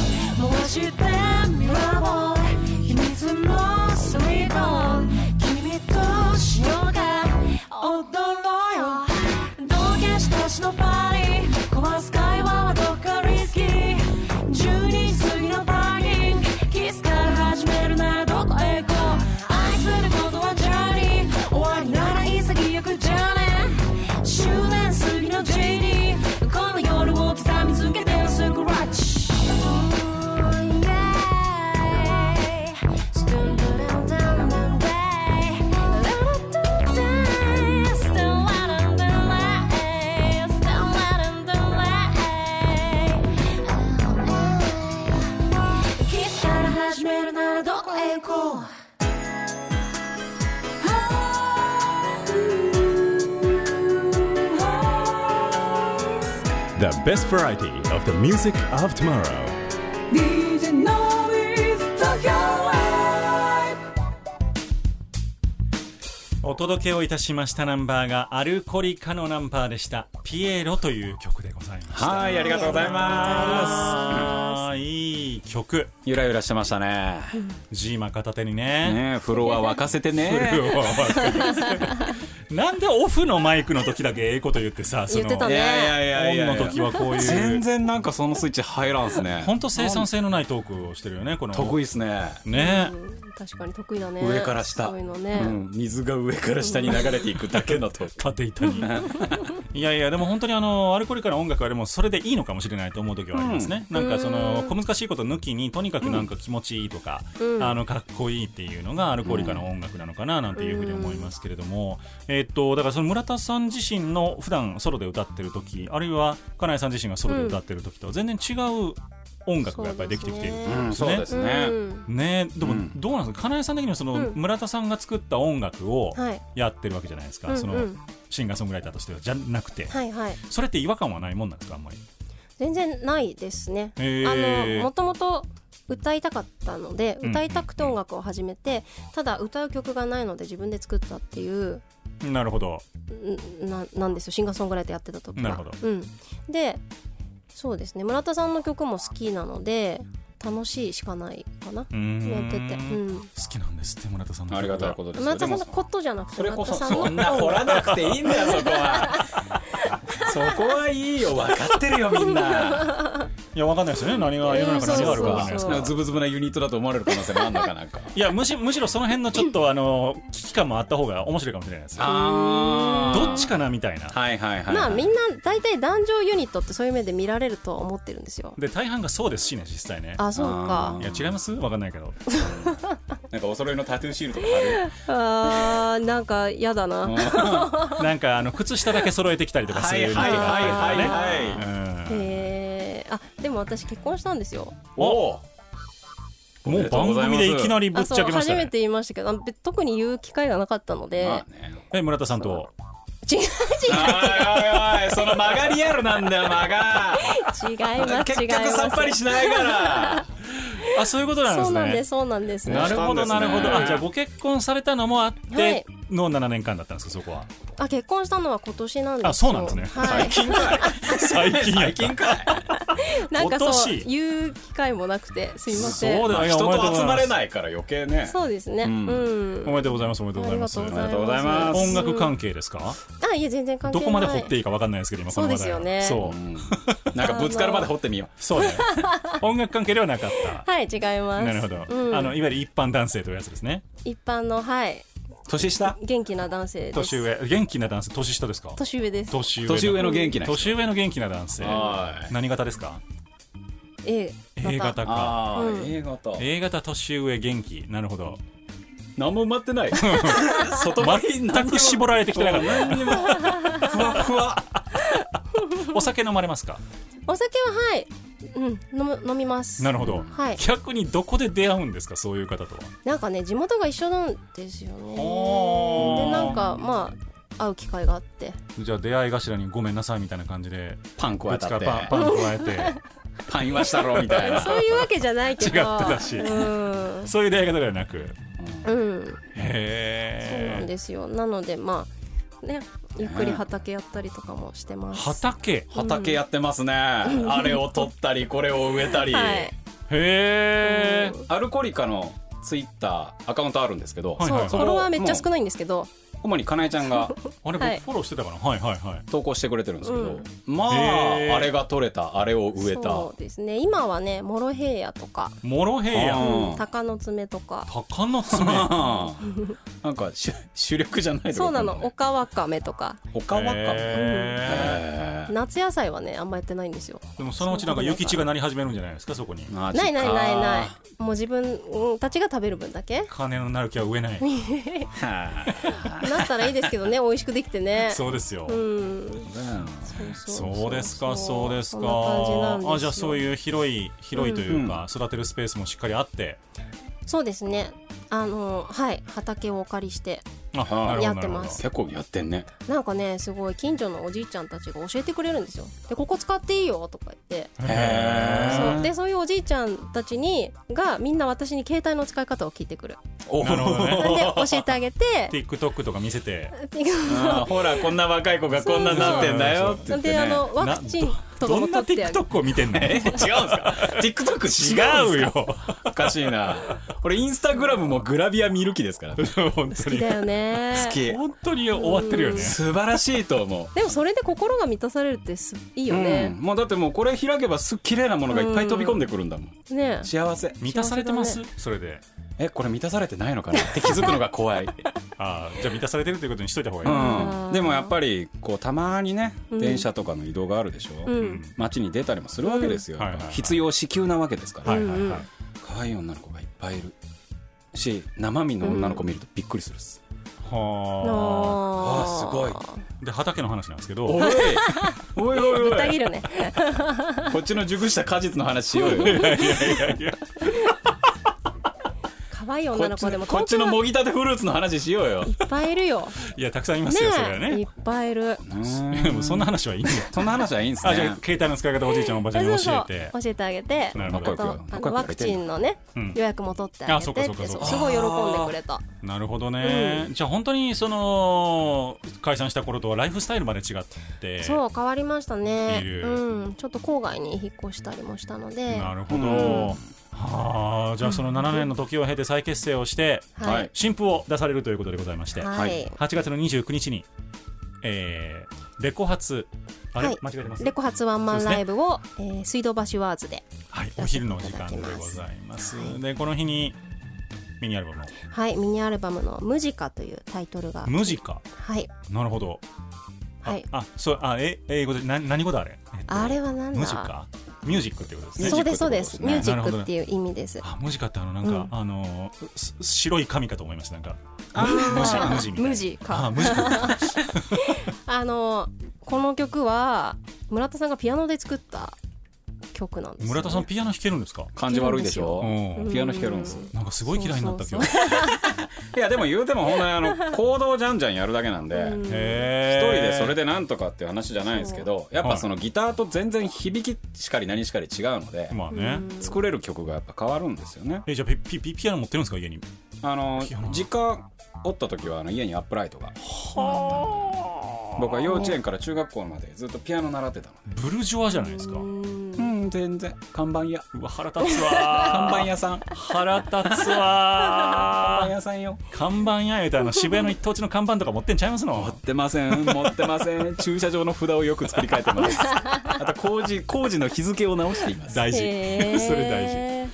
F: 「燃してみろ秘密のスイート」「君と潮が踊ろうよ」「同化師たちのパーリー」「壊す会話はどっかリスキー」「12時過ぎのパーキング」「キスから始めるならどこへ行こう」「愛することはジャーニー」「終わりなら潔くじゃね」「終電過ぎの JD」「この夜を刻み続けてよスクラッチ」Cool.
H: The best variety of the music of tomorrow.
F: DJ Noise Tokyo Live
B: お届けをいたしましたナンバーがアルコリカのナンバーでした「ピエロ」という曲でございました
C: はいありがとうございま
B: あーいい曲
C: すゆらゆらしてましたね
B: ジーマ片手にね
C: ねえフロア沸かせてね
B: なんでオフのマイクの時だけええこと言ってさそ
D: 言っ
B: の
D: てた
C: い
D: ね
C: やいやいやいや
B: オンの時はこうい
C: 全
B: う
C: 然なんかそのスイッチ入らんすね
B: 本当生産性のないトークをしてるよねこの
C: 得意っすね
B: ね
D: 確かに得意だね
C: 上から下
D: そういうの
C: う
D: ね
C: ん水が上から下に流れていくだけのと
B: 縦板にいやいやでも本当にあのアルコールから音楽はでもそれでいいのかもしれないと思う時はありますね、なんかその小難しいこと抜きにとにかくなんか気持ちいいとか、あのかっこいいっていうのがアルコールからの音楽なのかななんていうふうに思いますけれども、えっとだからその村田さん自身の普段ソロで歌ってる時あるいは金井さん自身がソロで歌ってる時とは全然違う音楽がやっぱりできてきている
D: そう
B: ということ
C: そうですね
D: うん
B: ねでもどうなんですか金井さん的にはその村田さんが作った音楽を
D: はい
B: やってるわけじゃないですか、
D: うん
B: そ
D: うん
B: のシンガーソングライターとしてはじゃなくて、
D: はいはい
B: それって違和感はないもんなんですかあんまり
D: 全然ないですね。あ
B: へー
D: のもともと歌いたかったので
B: うん
D: 歌いたくて音楽を始めて、ただ歌う曲がないので自分で作ったっていう
B: なるほど
D: んななんですよシンガーソングライターやってた時は
B: なるほど
D: うん、でそうですね村田さんの曲も好きなので楽しいしかないかな、
B: うーん
D: やってて、うん、
B: 好きなんですって村田さんの
C: ありがたい
B: と
C: ことですよ
D: 村田さんの
C: でも
D: ことじゃなくて
C: それ
D: 村
C: こ
D: 田
C: そ
D: さんの
C: そんな掘らなくていいんだよそこはそこはいいよ分かってる よみんない
B: やわかんないですよね何が世の中に何があるかわかんない
D: そ
B: で
D: う
B: すから
C: なん
D: そう
C: かズブズブなユニットだと思われる可能性もあんのかなんか
B: いやむしむしろその辺のちょっとあの危機感もあった方が面白いかもしれないですよ
C: あ
B: どっちかなみたいな
C: はいはいはい、
D: まあみんな大体男女ユニットってそういう目で見られるとは思ってるんですよ。
B: で大半がそうですしね実際ね
D: あそうか
B: いや違いますわかんないけど
C: なんかお揃いのタトゥーシールとか 貼る
D: あーなんか嫌だな。
B: なんかあの靴下だけ揃えてきたりとかするのとか
C: はいはいはいはい
B: あったりとかねうん
D: へーあでも私結婚したんですよ
C: おお
B: もう番組でいきなりぶ
D: あ
B: っち
D: そ
B: ゃ
D: う
B: けまし
D: 初
B: た
D: め
B: ね
D: て言いましたけどあのべ特に言う機会がなかったので、
C: まあね
B: え村田さんと
D: 違う
C: お
D: 違
C: いおいおいその間がリアルなんだよ間が
D: う違います
C: 結
D: 違い
C: 局
D: ます
C: さっぱりしないから
B: あそういうことなんで
D: そ
B: す
D: うなん
B: ね
D: ですそうなんです
B: なるほどなるほど、
C: そうなん
B: あ
C: ですね
B: じゃあご結婚されたのもあって、
D: はい
B: の7年間だったんですかそこは
D: あ結婚したのは今年なんですよ
B: あそうなんですね
D: はい
C: 近かい
B: 最近や
C: 最
B: った
C: 近かい
D: なんか
B: 今
D: そう
B: 年
D: 言う機会もなくてすいません
B: そうだよ
C: 人
B: おめでとう
C: と
B: ござ
C: 集
B: い
C: ま
B: ます
C: れないから余計ね
D: そうですねうん、
B: おめでとうございますおめでとうございます
D: ありが
C: とうございます
D: あり
B: 音
D: がと
B: 楽
D: うござい
B: 関
D: ま
B: 係ですか
D: すあいえ全然関係
B: ど
D: ない
B: こまで掘っていいかわかんないですけど今この話題
D: そうですよね
B: そう
C: なんかぶつかるまで掘ってみよ
B: そう ね音楽関係ではなかった
D: はい違います
B: なるほど、
D: うん
B: あのいわゆる一般男性というやつですね
D: 一般のはいう
C: 年下
D: 元気な男性です
B: 年上元気な男性年下ですか
D: 年上です
B: 年上
C: 年上の元気な人
B: 年上の元気な男性
C: はい
B: 何型ですか
D: A 型
B: A 型か
C: ああ、
D: うん
C: A 型
B: A 型年上元気なるほど
C: 何も埋まってない外
B: 全く絞られてきてなかった
C: 何にもふわふわ
B: お酒飲まれますか
D: お酒ははい、うん、飲む飲みます
B: なるほど、
D: はい
B: 逆にどこで出会うんですかそういう方とは
D: なんかね地元が一緒なんですよね
B: おー
D: でなんかまあ会う機会があって
B: じゃあ出会い頭にごめんなさいみたいな感じで
C: パン加
B: ぶ
C: え
B: つ
C: た
B: か
C: って
B: パンパン加 えて
C: パン言わしたろみたいな
D: そういうわけじゃないけど
B: 違ってたし
D: うん、
B: そういう出会い方ではなくへ
D: うん、そうな
B: え
D: んですよなのでまあねゆっくり畑やったりとかもしてます、
B: 畑
C: 畑やってますねあれを取ったりこれを植えたり
D: はい
B: へえ
C: アルコリカのツイッターアカウントあるんですけど
B: はい
D: そう
B: はい
D: フ
B: はい
D: ォロワーめっちゃ少ないんですけど
C: 主にかなえちゃんが
B: あれ僕
D: はい
B: フォローしてたかなはいはいはい
C: 投稿してくれてるんですけど、
D: うん
C: ま
B: へ
C: あ
B: ー
C: あれが取れたあれを植えた
D: そうですね今はねモロヘイヤとか、
B: モロヘイ
C: あ
B: ヤ
C: ー
D: う
C: うん
D: ん、鷹の爪とか
B: 鷹の 爪
C: あーなんか主主力じゃないとこ
D: そうなの
C: ね
D: オカワカメとか
C: 他はかも、
B: へ
C: へー
D: 夏野菜はねあんまやってないんですよ
B: ーでもそのうちなんか諭吉がなり始めるんじゃないですかそこに
C: マジか
D: ないないないないもう自分たちが食べる分だけ
B: 金のなる木は植えない
C: は
D: なったらいいですけどね美味しくできてね
B: そうですよ
D: うん
C: あ
B: そうですかそうですかあじゃあそう
D: う
B: いう広い広いというか、育てるスペースもしっかりあって
D: そうですねあのはい畑をお借りして
B: あ
C: は
B: な
C: い
B: るほどなるほど
D: やってま す
C: 結構やってんね
D: なんかねすごい近所のおじいちゃんたちが教えてくれるんですよでここ使っていいよとか言って
B: へ
C: へ
D: そうでそういうおじいちゃんたちにがみんな私に携帯の使い方を聞い てくる
C: お
B: なるほど
D: で
B: ね
D: 教えてあげて
B: え TikTok とか見せて
C: あーほらこんな若い子がこんなになってんだよって言って、ね、
D: であのワクチンとか
B: ど
D: も
B: んな
D: 取ってあげて
B: TikTok を見てん の
C: え違うんですか
B: 違う
C: ?TikTok 違 うんですか
B: よ
C: おかしいな俺インスタグラムもグラビア見る気ですから
B: 本当
D: 好き
B: に
D: だよね
C: 好き
B: 本当に終わってるよね
C: 素晴らしいと思う
D: でもそれで心が満たされるってすいいよ
C: う
D: ね
C: ん、もうだってもうこれ開けばすっ綺麗なものがいっぱい飛び込んでくるんだもん、
D: ね
C: 幸せ
B: 満たされてます、それで
C: えこれ満たされてないのかなって気づくのが怖い、
B: あーじゃあ満たされてるということにしといた方がいい、
C: うん、でもやっぱりこうたまにね
D: うん
C: 電車とかの移動があるでしょ、
D: う
B: うん
D: ん
C: 街に出たりもするわけですよ、
B: うんはいはいはい
C: 必要至急なわけですから、
B: はいはいはい、
C: 可愛い女の子がいっぱいいるし生身の女の子見るとびっくりするっす、
B: は
D: あ
C: あーすごい
B: あで畑の話なんですけど
C: おいおいおいお
D: た
C: い
D: ぎるね
C: こっちの熟した果実の話しようよ
D: 可愛い
C: こ
D: 女の
C: っ
D: 子で
C: ち
D: も
C: こっちの
D: 東京
C: もぎたてフルーツの話しようよ
D: いっぱいいるよ
B: いやたくさんいます よ、それは
D: ねい
B: ね
D: っぱいいる
B: でもそんな話はいいんだよ
C: そんな話はいいんです
B: あじゃあ
C: ね
B: 携帯の使い方おじいちゃんおばちゃんに
D: そ
B: 教
D: うそう
B: えて
D: 教えてあげて
B: なるほ
C: 仲
B: ど
C: 良く
D: とあ
C: 仲
D: の
C: 良
D: ワ
C: くや
D: ク
C: りたい
D: チ
C: んだ
D: ンのね
B: うん
D: 予約も取ってあげてって
B: あそうかそうかそうか
D: すごい喜んでくれた
B: なるほどね、じゃあ本当にその解散した頃とはライフスタイルまで違って
D: そう変わりましたね
B: いる
D: うんちょっと郊外に引っ越したりもしたので
B: なるほど、
C: うん
B: はあじゃあその7年の時を経て再結成をして
D: は
C: はいい
B: 新譜を出されるということでございまして、
D: は
C: はい
D: い
B: 8月の29日に、えー、レコ発あれ、
D: はい
B: 間違えてます
D: レコ発ワンマンライブを、えー水道橋ワーズで
B: はい
D: 出
B: お
D: させ
B: 昼
D: ていた
B: の
D: だき
B: 時
D: ま
B: 間
D: す
B: でございます、
D: はい
B: でこの日にミニアルバムの
D: はいミニアルバムの「ムジカ」というタイトルが
B: 「無地か
D: はい」
B: なるほどあ,、
D: はい
B: あそうあえ英語でな何語だあれ、えっと
D: あれはなんだ
B: 無地かミュージックってことですね
D: そうですそうですミュージ
B: なるほ
D: ッ
B: ど
D: ク
B: ね
D: っていう意味です
B: あ文字かってあのなんか、あのす白い紙かと思いましたなんか
D: あー
B: 無地無地みたいな
D: 無地か
B: あ無地か
D: あのこの曲は村田さんがピアノで作った曲なんですよね
B: 村田さんピアノ弾けるんですか
C: 感じ悪いでし
B: う
C: ょ
B: ん
C: ピアノ弾けるんです
B: なんかすごい嫌いになった
D: そ
B: 今
D: う
B: 日
D: そ
C: い
D: う
C: やでも言うてもほんまに あの行動じゃんじゃんやるだけなんで一
B: へ
C: 人でそれ
B: で
C: でなんとかっていう話じゃないんですけどやっぱそのギターと全然響きしかり何しかり違うので
B: まあね
C: 作れる曲がやっぱ変わるんですよね
B: えじゃあピピピピアノ持ってるんですか家に
C: あの
B: ピアノ
C: 実家おった時はあの家にアップライトが僕は幼稚園から中学校までずっとピアノ習ってたの
B: ブルジョアじゃないですか
D: うん
C: うん全然看板屋
B: うわ腹立つわ
C: 看板屋さん
B: 腹立つ
C: 看板
B: わ
C: 屋さんよ
B: 看板や言うたらあの渋谷の一等地の看板とか持ってんちゃいます
C: 持っ
B: の
C: てません持ってません駐車場の札をよく作り変えてますあと工事工事の日付を直しています
B: 大事
D: へー
B: それ大事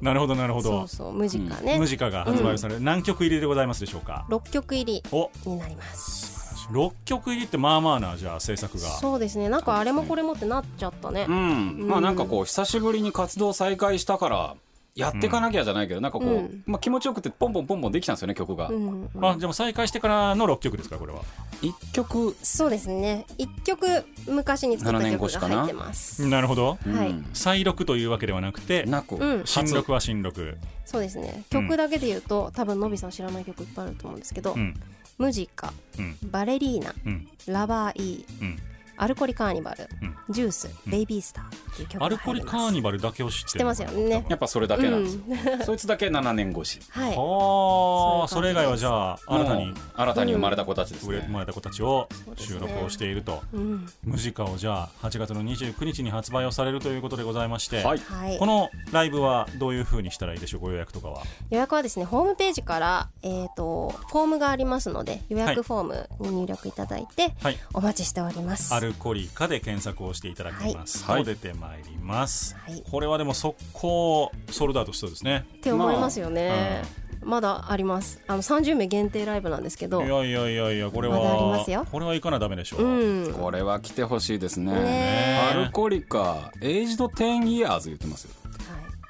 B: なるほどなるほ
D: そう
B: ど
D: そう無ジカね
B: ムジカが発売される何曲入りでございますでしょうか
D: 6曲入り
B: お
D: になります
B: 6曲入りってまあまあなじゃあ制作が
D: そうですねなんかあれもこれもってなっちゃったね
C: うんまあなんかこう久しぶりに活動再開したからやっていかなきゃじゃないけど、なんかこう、
D: うん
C: まあ、気持ちよくてポンポンポンポンできたんですよね曲が、
D: うん
B: あじゃあもう再開してからの6曲ですかこれは
C: 一曲、
D: そうですね一曲昔に作った曲が入ってます
B: なるほど
D: はい
C: うん
B: 再録というわけではなくて
C: なく、
D: うん
B: 新録は新録
D: そうですね
B: うん
D: 曲だけで言うと、多分のびさん知らない曲いっぱいあると思うんですけど、
B: うん
D: ムジカ、
B: うん
D: バレリーナ、
B: うん
D: ラバーイー、
B: うん
D: アルコリカーニバル、
B: う
D: ジュース、ベイビースターっていう曲
B: アル
D: が入ります
B: コリカーニバルだけを知ってる
D: 知ってますよね
C: やっぱそれだけなんですよ、そいつだけ7年越し
D: はい
B: はあそ
D: そう
B: れ
D: い
B: 以
D: う感じ
B: 外は
D: です
B: じゃあ 新たに
C: もう新たに生まれた子たちです
B: 売れ
C: ね
B: 生まれた子たちを
D: そうです
B: 収
D: ね
B: 録をしていると、
D: うん
B: ムジカをじゃあ8月の29日に発売をされるということでございまして、
C: はい
D: はい
B: このライブはどういうふうにしたらいいでしょうご予約とかは
D: 予約はですねホームページから、えー、とフォームがありますので予
B: はい
D: 約フォームに入力いただいて、
B: はい
D: お待ちしております
B: アルコリカで検索をしていただきますと、
C: はい
B: 出てまいります、
D: はい
B: これはでも速攻ソールドアウトしそうですね
D: って思いますよね、まだありますあの30名限定ライブなんですけ
B: い
D: ど
B: やいやいやいやこれ
D: まだあります
B: は
D: よ
B: これはいかなダメでしょう、
D: うん
C: これは来てほしいですね
D: ね
C: アルコリカエイジド10イヤーズ言ってますよ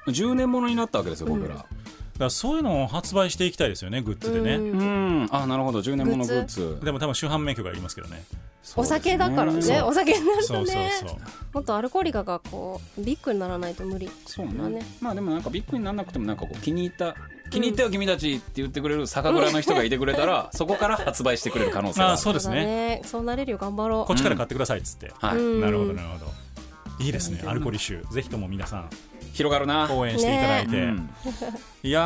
D: はい
C: 10年ものになったわけですよ僕ら
B: だからそういうのを発売していきたいですよねグッズでね、
C: うんあなるほど10年ものグッズ
B: でも多分主犯名曲がいりますけどね
C: そ
D: お
C: うです
D: 酒だからねお酒になる
B: そ
D: と
B: うそう
D: ね
B: そう
D: もっとアルコリカがこうビッグにならないと無理
C: そう
D: まあ
C: ね
D: ね
C: まあでもなんかビッグにならなくてもなんかこう気に入った気に入ったよ君たちって言ってくれる酒蔵の人がいてくれたらそこから発売してくれる可能性
B: ま
C: があ
B: あ
C: る
B: そうです
D: だ
B: ね
D: そうなれるよ頑張ろ
B: こっちから買ってくださいっつって、
C: はい
D: うん
B: なるほどなるほどいいですねアルコリッシュぜひとも皆さん
C: 広がるな
B: 応援していただいて、
C: うん
B: いや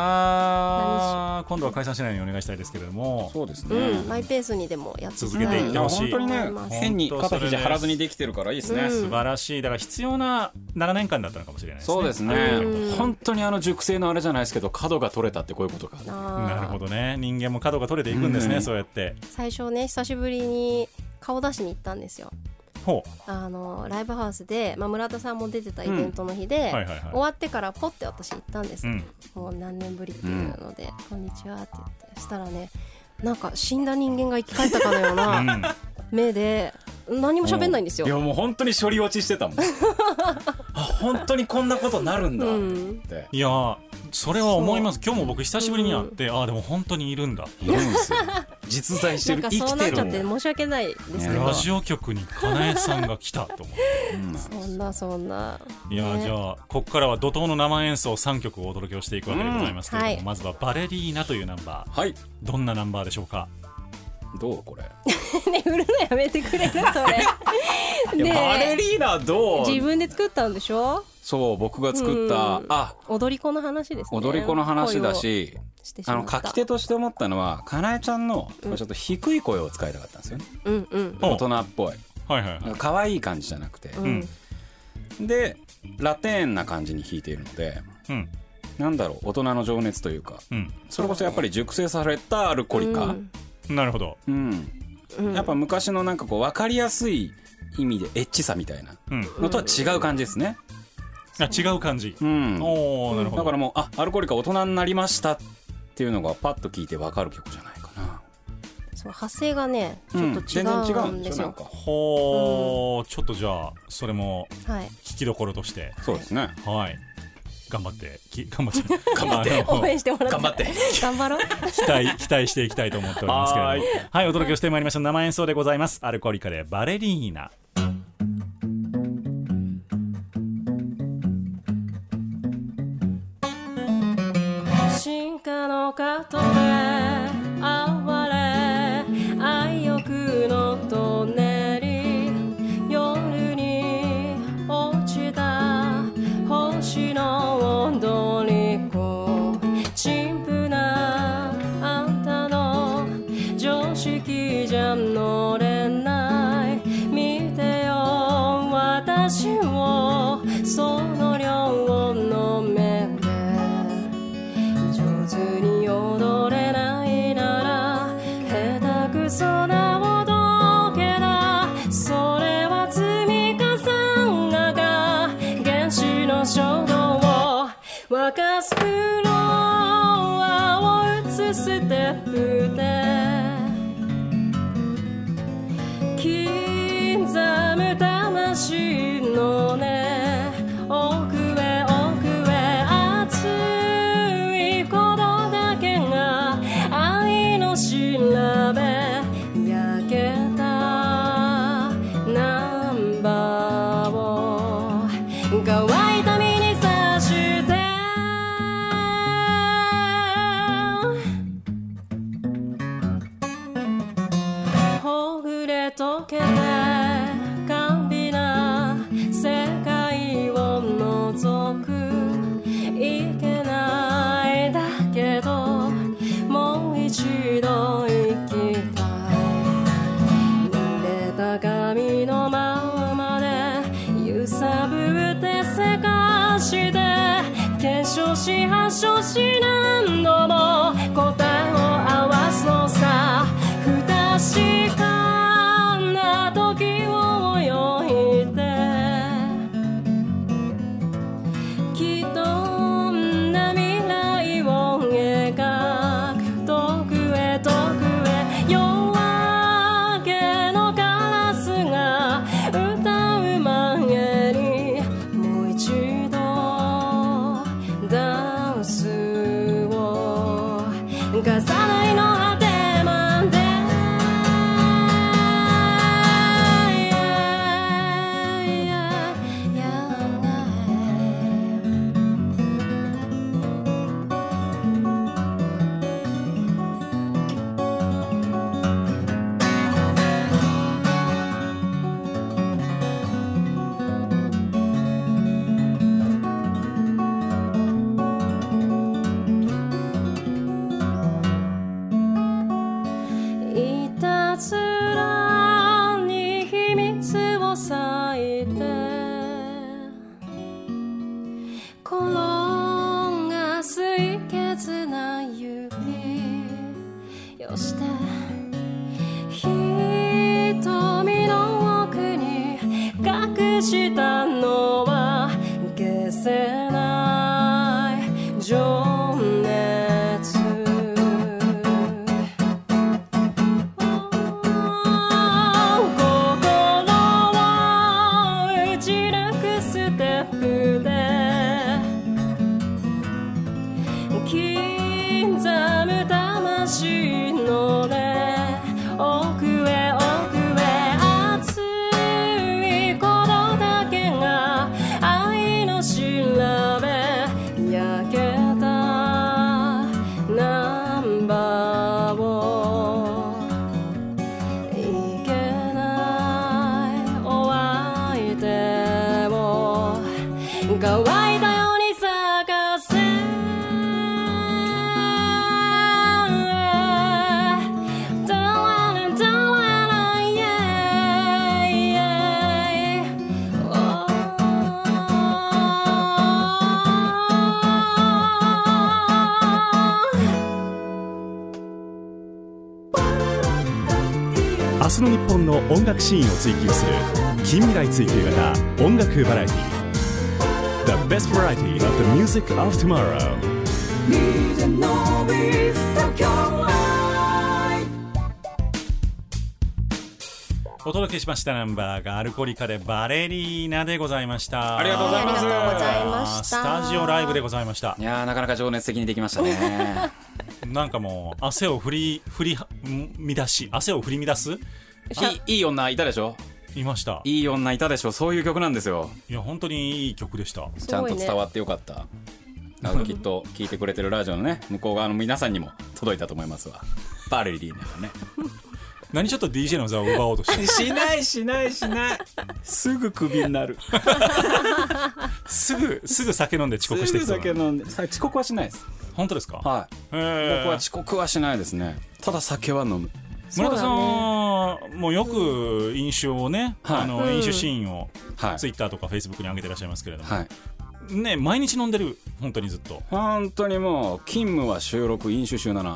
B: ー今度は解散しないようにお願いしたいですけれども
C: そうです
D: う、
C: ね
D: うん、マイペースにでもやっていきた
B: 続けていってほしい
C: 本当にね
D: うん
C: 変に
B: 本当
C: 肩
B: それ
C: 肘張らずにできてるからいいですね、
D: うん
B: 素晴らしいだから必要な7年間だったのかもしれないですね
C: そうですね、本当にあの熟成のあれじゃないですけど角が取れたってこういうことか
D: あー
B: なるほどね人間も角が取れていくんですね、
C: うん
B: そうやって
D: 最初ね久しぶりに顔出しに行ったんですよ
B: ほ
D: あのライブハウスで、まあ、村田さんも出てたイベントの日で、
B: うんはいはいはい
D: 終わってからポッて私行ったんです、
B: う、うん、
D: もう何年ぶりっていうので「こんにちは」って言ってしたらねなんか死んだ人間が生き返ったかのよう
B: う
D: なん目で何も喋んないんですよ。
C: いやもう本当に処理落ちしてた もんあ本当にこんなことなるんだって言って、
B: いやーそれは思います今日も僕久しぶりに会って、ああでも本当にいるんだ
C: いるんですよ実在して
D: な
C: る
D: んか
C: 生き
D: そうなってちゃ
C: る
D: っ
C: んだ
D: て申し訳ないです
C: ね
D: ね。
B: ラジオ局にかなえさんが来たと思 って
D: そんなそんな。
B: いやー
D: ね
B: じゃあここからは怒涛の生演奏3曲をお届けをしていくわけでございますけれども、
D: うんはい
B: まずは「バレリーナ」というナンバー
C: はい
B: どんなナンバーでしょうか
C: どうこれ
D: ね売るのやめてくれるそれ。
C: いやバレ
D: ねえ
C: リーナどう
D: 自分で作ったんでしょ
C: そう僕が作った、
D: うん
C: あ
D: 踊り子の話ですね。
C: 踊り子の話だし
D: 恋をしてし
C: あ
D: ま
C: の
D: った。
C: 書き手として思ったのはかなえちゃんのちょっと低い声を使いたかったんですよね、
D: うんうん
B: うん
C: 大人っぽい
B: はいはいはい
C: 可愛い感じじゃなくて、
D: うん
C: でラテンな感じに弾いているので
B: うん
C: なんだろう大人の情熱というか
B: う
C: それこそやっぱり熟成されたアルコリカ、うん
B: んなるほど
D: うん
C: やっぱ昔のなんかこう分かりやすい意味でエッチさみたいな
B: うん
C: のとは違う感じですね、
B: あ違う感じ
C: うん
B: おおなるほ
C: だ
B: ど
C: からもうあアルコリカ大人になりましたっていうのがパッと聞いて分かる曲じゃないかな
D: そう発声がねち
C: う
D: ょ
C: ん
D: っと違
C: 全然違
D: う
C: うんん
D: で
C: ですすよなん
D: よ。
C: か
B: ほーちょっとじゃあそれも
D: はい。
B: 聞きどころとして
C: そうですね
B: はい頑張ってき頑張って 頑
C: 張って
D: 応援してもらって。
C: 頑張って
D: 頑張ろう。
B: 期待 期待していきたいと思っておりますけれども
C: は
B: はい
C: い
B: お届けしてまいりました生演奏でございますアルコリカでバレリーナ
D: 進化の角で哀れ愛欲のトンネル夜に落ちた星の踊り子陳腐なあんたの常識じゃ乗れない見てよ私をその両の目で上手に踊溶けて甘美な世界を覗くいけないだけどもう一度生きたい濡れた髪のままで揺さぶってせかして検証し発症し何度も答えを合わすのさ不確かな時を泳いできっとな未来を描く遠くへ遠くへ夜明けのカラスが歌う前にもう一度ダンスを重ねの果てまで Yeah, yeah, yeah, yeah. いたずらに秘密を割いて転がすいけずな指よして瞳の奥に隠したのは消せない情熱心を打ち抜くステップで刻む魂の音奥へ奥へ熱いことだけが愛の調べ焼けたナンバーをいけないお相手を乾いたように咲かせ Don't wanna, don't wanna, yeah, yeah.
H: 明日
D: Oh.
H: の日本の音楽シーンを追求する近未来追求型音楽バラエティ The best variety of the music of tomorrow
F: Tokyo
B: お届けしましたナンバーがアルコリカでバレリーナでございました
C: ありがとうございますありがとうござい
D: ました
B: スタジオライブでございました
C: いやーなかなか情熱的にできました ね
B: なんかもう汗を振り振りん乱し汗を振り乱す
C: いいいい女いたでしょ
B: いましたい
C: いい女いたでしょそういう曲なんですよ
B: や本当にいい曲でした
C: ちゃんと伝わってよかったあのきっと聞いてくれてるラジオのね向こう側の皆さんにも届いたと思いますわバレリーナがね
B: 何ちょっと DJ の座を奪おうとして る
C: しないしないしないすぐクビになる
B: すぐすぐ酒飲んで遅刻してきそうな
C: 飲んでさ遅刻はしないです
B: 本当ですか、
C: はい
B: へー
C: 僕は遅刻はしないですねただ酒は飲む
B: 村田さんはもうよく飲酒をね、
C: はい
B: あの飲酒シーンを
C: はい
B: ツイッターとかフェイスブックに上げてらっしゃいますけれども、
C: はい
B: ね毎日飲んでる本当にずっと
C: 本当にもう勤務は収録飲酒週7ね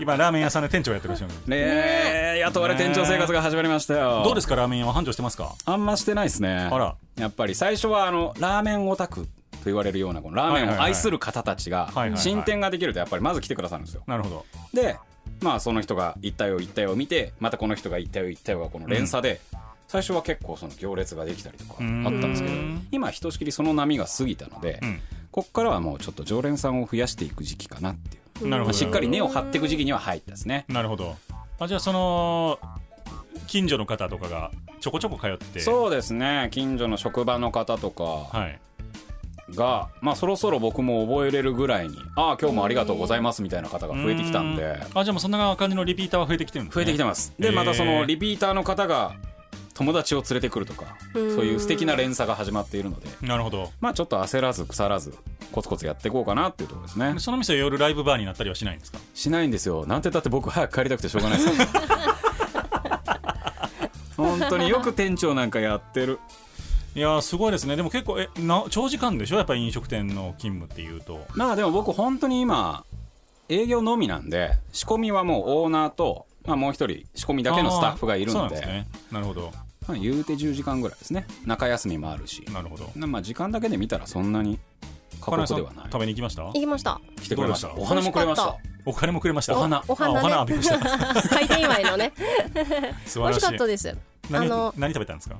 B: 今ラーメン屋さんで店長やってらっしゃる
C: え雇われ店長生活が始まりましたよ
B: どうですすかラーメン屋は繁盛してますか
C: あんましてないですね
B: あら
C: やっぱり最初はあのラーメンオタクと言われるようなこのラーメンを愛する方たちが
B: いはいはい
C: 進展ができるとやっぱりまず来てくださるんですよ
B: なるほど
C: でまあその人が行ったよ行ったよを見てまたこの人が行ったよ行ったよがこの連鎖で、最初は結構その行列ができたりとかあったんですけど
B: うん
C: 今ひとしきりその波が過ぎたので、
B: うん
C: こっからはもうちょっと常連さんを増やしていく時期かなっていう、
B: なるほ
C: まあ、
B: ど
C: しっかり根を張っていく時期には入ったですね
B: なるほどあじゃあその近所の方とかがちょこちょこ通ってう
C: そうですね近所の職場の方とか、
B: はい
C: が、まあ、そろそろ僕も覚えれるぐらいにああ今日もありがとうございますみたいな方が増えてきたんで、
B: あじゃあもうそんな感じのリピーターは増えてきてるんです
C: 増
B: ね
C: えてきてます、
B: え
C: で
B: ー
C: またそのリピーターの方が友達を連れてくるとかそういう素敵な連鎖が始まっているので
B: なるほど
C: まあちょっと焦らず腐らずコツコツやっていこうかなっていうところですね
B: その店夜ライブバーになったりはしないんですか
C: しないんですよなんてだって僕早く帰りたくてしょうがないです 本当によく店長なんかやってる
B: いやーすごいですねでも結構えな長時間でしょやっぱり飲食店の勤務っていうと
C: まあでも僕本当に今営業のみなんで仕込みはもうオーナーと、まあ、もう一人仕込みだけのスタッフがいる
B: あー
C: の
B: そうなんで
C: で
B: すねなるほど
C: まあ、言うて10時間ぐらいですね中休みもあるし
B: なるほど
C: なまあ時間だけで見たらそんなに過酷で
B: 金井
C: はない
B: さん食べに行きました
D: 行きました
C: 来てくれました
B: どうで
C: お
B: し
C: 花もくれました
B: お金もくれました
C: お花
D: お花
B: あお花びっくりし た
D: ね開店祝いのね
B: 素
D: 美
B: 晴ら
D: 味
B: しい
D: しかったですあ
B: 何
D: の
B: 何食べたんですか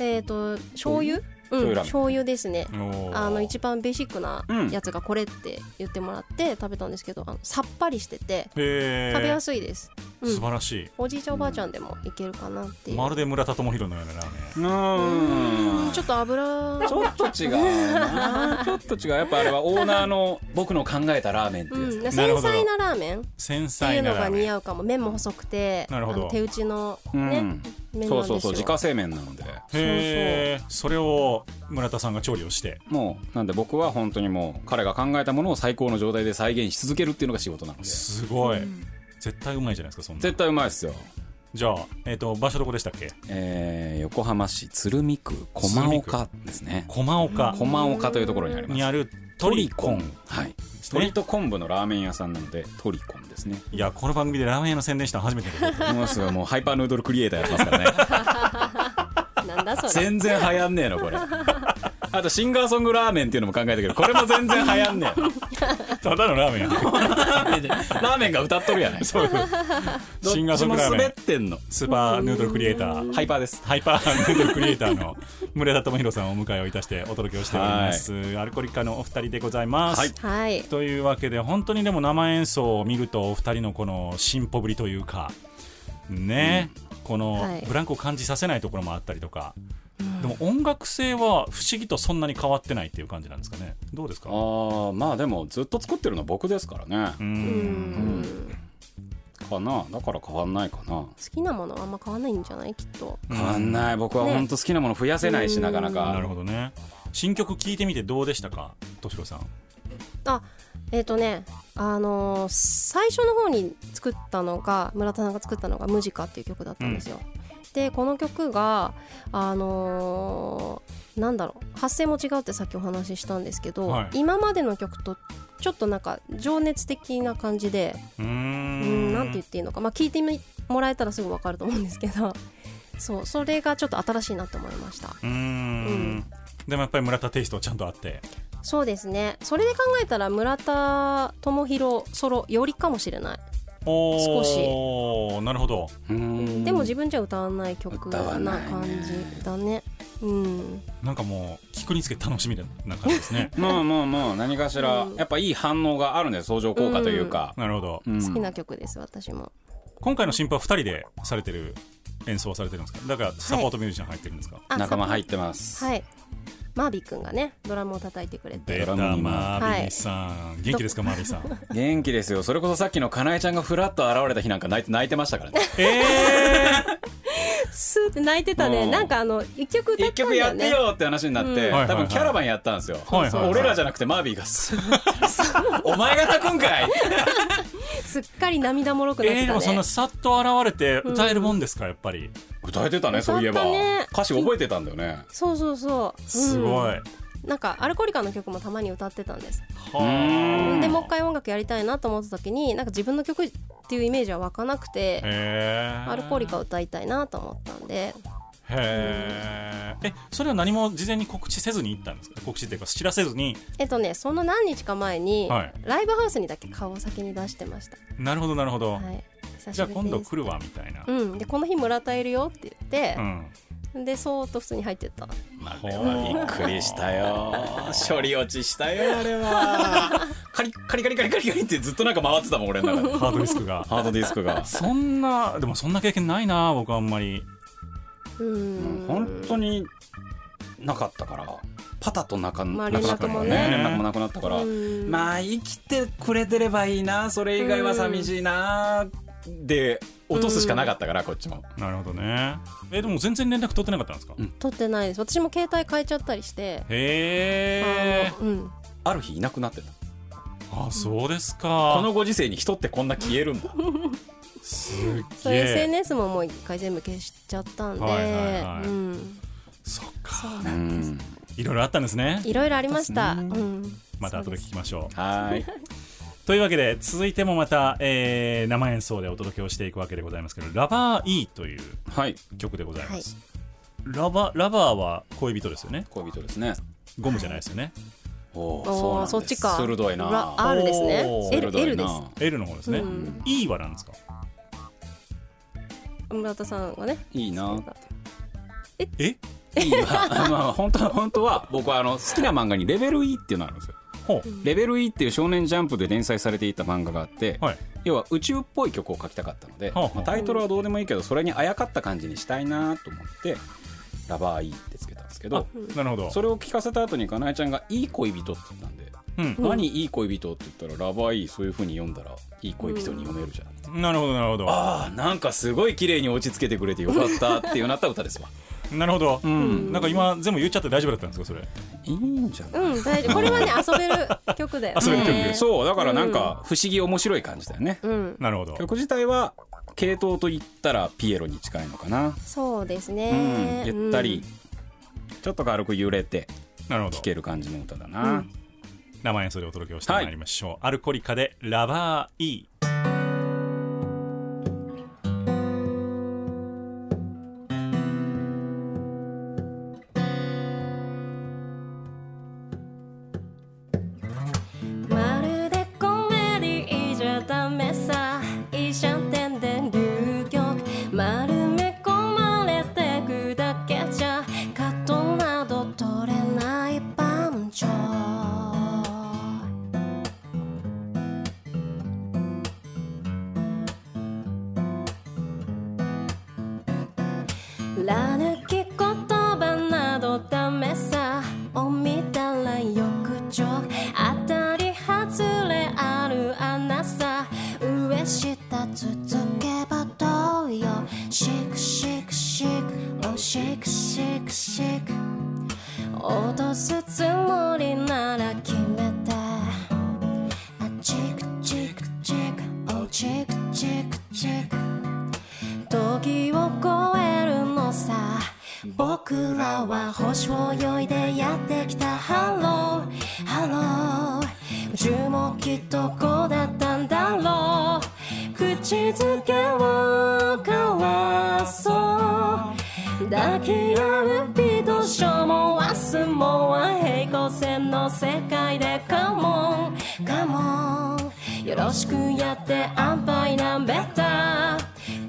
D: えっ、と醤油うん
C: 醤油ラーメン
D: 醤油ですね
B: おー
D: あの一番ベーシックなやつがこれって言ってもらって食べたんですけどあのさっぱりしてて
B: えー
D: 食べやすいです、うん
B: 素晴らし
D: おじいちゃんおばあちゃんでもいけるかなって
B: い
D: いう、
B: まるで村田智弘のようなラーメン
C: うーん
D: ちょっと油
C: ちょっと違うなちょっと違うやっぱあれはオーナーの僕の考えたラーメンって
D: う
C: や
D: ん、
C: つ、
D: 繊
B: なるほど
D: 細なラーメンって
B: 繊
D: い
B: 細な
D: うの
B: ラ
D: が
B: ーメン
D: 似合うかも麺も細くて
B: なるほど
D: あの手打ちの
C: う
D: ね、
C: んそう
D: 麺なんですよ
C: そうそう自家製麺なので
B: へえそれを村田さんが調理をして
C: もうなんで僕は本当にもう彼が考えたものを最高の状態で再現し続けるっていうのが仕事なのです
B: ごい、絶対うまいじゃないですかそんな
C: 絶対うまいですよ、
B: じゃあ、えっと場所どこでしたっけ
C: えー横浜市鶴見区駒岡ですね
B: 駒岡
C: 駒岡というところにあります
B: にあるトリコン
C: はい
B: すね
C: 鶏と昆布のラーメン屋さんなのでトリコンですね
B: いやこの番組でラーメン屋の宣伝したの初めてです
C: もうすぐもうハイパーヌードルクリエイターやってますからね
D: なんだそれ
C: 全然流行んねえのこれあとシンガーソングラーメンっていうのも考えたけどこれも全然流行んねえの
B: ただのラーメンや
C: ラーメンが歌っとるやない
B: そうシンガーソングラー
C: どっちも
B: メ
C: 滑
B: ン
C: ってんの
B: スーパーヌードルクリエイター
C: ハイパーです
B: ハイパーヌードルクリエイターの村田智弘さんをお迎えをいたしてお届けをしております、アルコリカのお二人でございます、
C: はい
D: はい
B: というわけで本当にでも生演奏を見るとお二人のこの進歩ぶりというかね、こ
D: は
B: の
D: い
B: ブランクを感じさせないところもあったりとか、でも音楽性は不思議とそんなに変わってないっていう感じなんですかねどうですか
C: ああまあでもずっと作ってるのは僕ですからね、
B: う
D: うんん
C: かなだから変わんないかな
D: 好きなものはあんま買わないんじゃないきっと
C: 変わんない僕は
D: ね
C: 本当好きなもの増やせないし、なかな
B: な
C: か
B: るほどね新曲聴いてみてどうでしたかとしこさん
D: あえっ、とねあのー最初の方に作ったのが村田さんが作ったのが「ムジカ」っていう曲だったんですよ。でこの曲があのーなんだろう発声も違うってさっきお話ししたんですけど、
B: はい
D: 今までの曲とちょっとなんか情熱的な感じで
B: うー
D: うんんなんて言っていいのかまあ聞いてみもらえたらすぐ分かると思うんですけどそうそれがちょっと新しいなと思いました。
B: うーん
D: うん
B: でもやっぱり村田テイストはちゃんとあって
D: そうですねそれで考えたら村田智弘ソロよりかもしれない。
B: お
D: 少
B: ーなるほど
C: うーん
D: でも自分じゃ歌わない曲
C: 歌
D: な
C: わないね
D: 感じだね。うん、
B: なんかもう聞くにつけ楽しみな感じです ね
C: まあまあまあ何かしらやっぱいい反応があるんで相乗効果というか、
B: なるほど
C: うん
D: 好きな曲です私も。
B: 今回の新譜は2人でされてる演奏はされてるんですかだからサポートミュージシャン入ってるんですか、
D: あ
C: 仲間入っ
D: サ
C: てます、
D: ポはい。マービーくんがねドラムを叩いてくれ
B: 出
D: て。
B: た
C: ドラムに
B: マービーさん、元気ですかマービーさん
C: 元気ですよそれこそさっきのかなえちゃんがふらっと現れた日なんか泣いて泣いてましたからね
B: え
D: スーって泣いてたね。
C: うん
D: なんかあの一 曲歌
C: 一
D: ったん
C: 曲
D: だ
C: や
D: よ
C: って
D: ね。
C: よって話になって、
D: うん
B: はいはいはい
C: 多分キャラバンやったんですよ、
B: はいはいはい
C: 俺らじゃなくてマービーがす「お前が泣くんかい!」
D: すっかり涙もろく
B: ー、
D: なっ
B: えー
D: て
B: で
D: た
B: もそん
D: ね
B: な。さっと現れて歌えるもんですか、やっぱり
C: 歌えてたねそういえば、
D: 歌ったね
C: 歌詞覚えてたんだよね
D: そうそうそう。うん
B: すごい、は。
D: なんかアルコリカの曲もたまに歌ってたんです。
B: ー
D: でもう一回音楽やりたいなと思った時になんか自分の曲っていうイメージは湧かなくて。
B: へー
D: アルコリカを歌いたいなと思ったんで
B: へーえそれは何も事前に告知せずに行ったんですか告知っていうか知らせずに
D: えっとねその何日か前に、
B: はい
D: ライブハウスにだけ顔を先に出してました、
B: なるほどなるほど、
D: はい、久
B: じ
D: し
B: ゃあ
D: ぶりです
B: 今度来るわみたいな、
D: うんでこの日村田いるよって言って
B: う、ん
D: でそーっと普通に入ってった
C: あれはびっくりしたよ処理落ちしたよあれはカリカリカリカリカリカリってずっとなんか回ってたもん俺の中で
B: ハードディスクが
C: ハードディスクが
B: そんなでもそんな経験ないな僕あんまり
D: うん
C: 本当になかったからパタとなか
D: まあ
C: なくなったからね
D: 連絡もね
C: 連絡もなくなったから、
D: うん
C: まあ生きてくれてればいいなそれ以外は寂しいなで落とすしかなかったからこっちも
B: なるほどねえでも全然連絡取ってなかったんですか、
C: うん
D: 取ってないです私も携帯変えちゃったりして
B: へえ
D: あのうん
C: ある日いなくなってた
B: あそうですか
C: このご時世に人ってこんな消えるんだ
B: す
D: そう
B: げ
D: いう
B: え
D: SNS ももう一回全部消しちゃったんで、
B: はいはいはい
D: うん、
B: そっか
C: うん
B: いろいろあったんですね
D: いろいろありました、うん、
B: また後で聞きましょう
C: はーい
B: というわけで続いてもまた、えー生演奏でお届けをしていくわけでございますけど「ラバー E」という
C: はい
B: 曲でございます、ラバラバーは恋人ですよね
C: 恋人ですね
B: ゴムじゃないですよね
C: おー
D: おー
C: そうなんです
D: そっちか
C: 鋭いな
D: ラ R ですね
B: おー
D: L,
C: 鋭
D: L
C: い
D: で
C: な
D: す
B: L の方ですね、
D: うん
B: E は何ですか
D: 村田さんがね
C: いいな
B: え
C: いいな まあ本当は本当は僕はあの好きな漫画に「レベル E」っていうのがあるんですよ
B: ほう
C: レベル E っていう少年ジャンプで連載されていた漫画があって、
B: はい
C: 要は宇宙っぽい曲を書きたかったので、
B: はあはあ
C: まあタイトルはどうでもいいけどそれにあやかった感じにしたいなと思って「ラバー E」ってつけたんですけ
B: あ
C: ど
B: なるほど
C: それを聞かせた後にかなえちゃんが「いい恋人」って言ったんで
B: うん
C: 「何いい恋人」って言ったら「ラバー E」そういう風に読んだら「いい恋人」に読めるじゃん、
B: なるほどなるほど
C: ああなんかすごい綺麗に落ち着けてくれてよかったっていうなった歌ですわ
B: なるほど、
C: ん
B: なんか今全部言っちゃって大丈夫だったんですかそれ
C: いいんじゃない、
D: うん大丈夫これはね遊べる曲だよね
B: 遊べる曲
C: そうだからなんか不思議面白い感じだよね、
D: うん
B: なるほど
C: 曲自体は系統と言ったらピエロに近いのかな、
D: そうです
C: うん
D: ね、
C: ゆったり、ちょっと軽く揺れて
B: なるほど
C: 聴ける感じの歌だな、
B: 生演奏でお届けをしてまいりましょう、アルコリカで「ラバー E」
D: まるでコメディじゃダメさ医者点で流局丸め込まれてくだけじゃカットなど取れないパンチョら抜き言葉などダメさおみたら浴場当たり外れある穴さ上下続けばどうよシクシクシクおシクシクシク落とすつもりなら決めてあチクチクチクおチクチクチク時を超えるのさ僕らは星を泳いでやってきたハローハロー宇宙もきっとこうだったんだろう口づけを交わそう抱き合う美どしょも明日もは平行線の世界でカモンカモンよろしくやって安牌なべた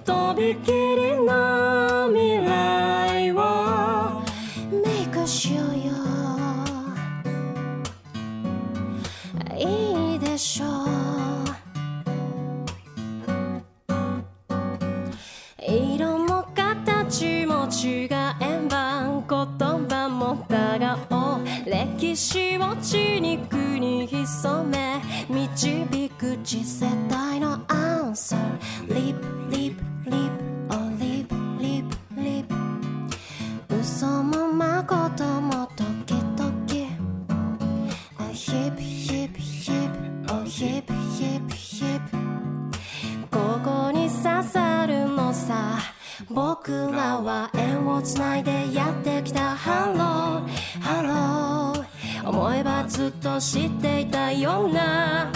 D: とびきりの未来をメイクしようよいいでしょう色も形も違えば言葉も違おう歴史を血肉に潜め導く次世代のアンサーリップリップリップオリップリップリップ嘘も誠も時々 A hip hip hip A hip hip hip ここに刺さるのさ僕らは縁をつないでやってきたハローハロー思えばずっと知っていたような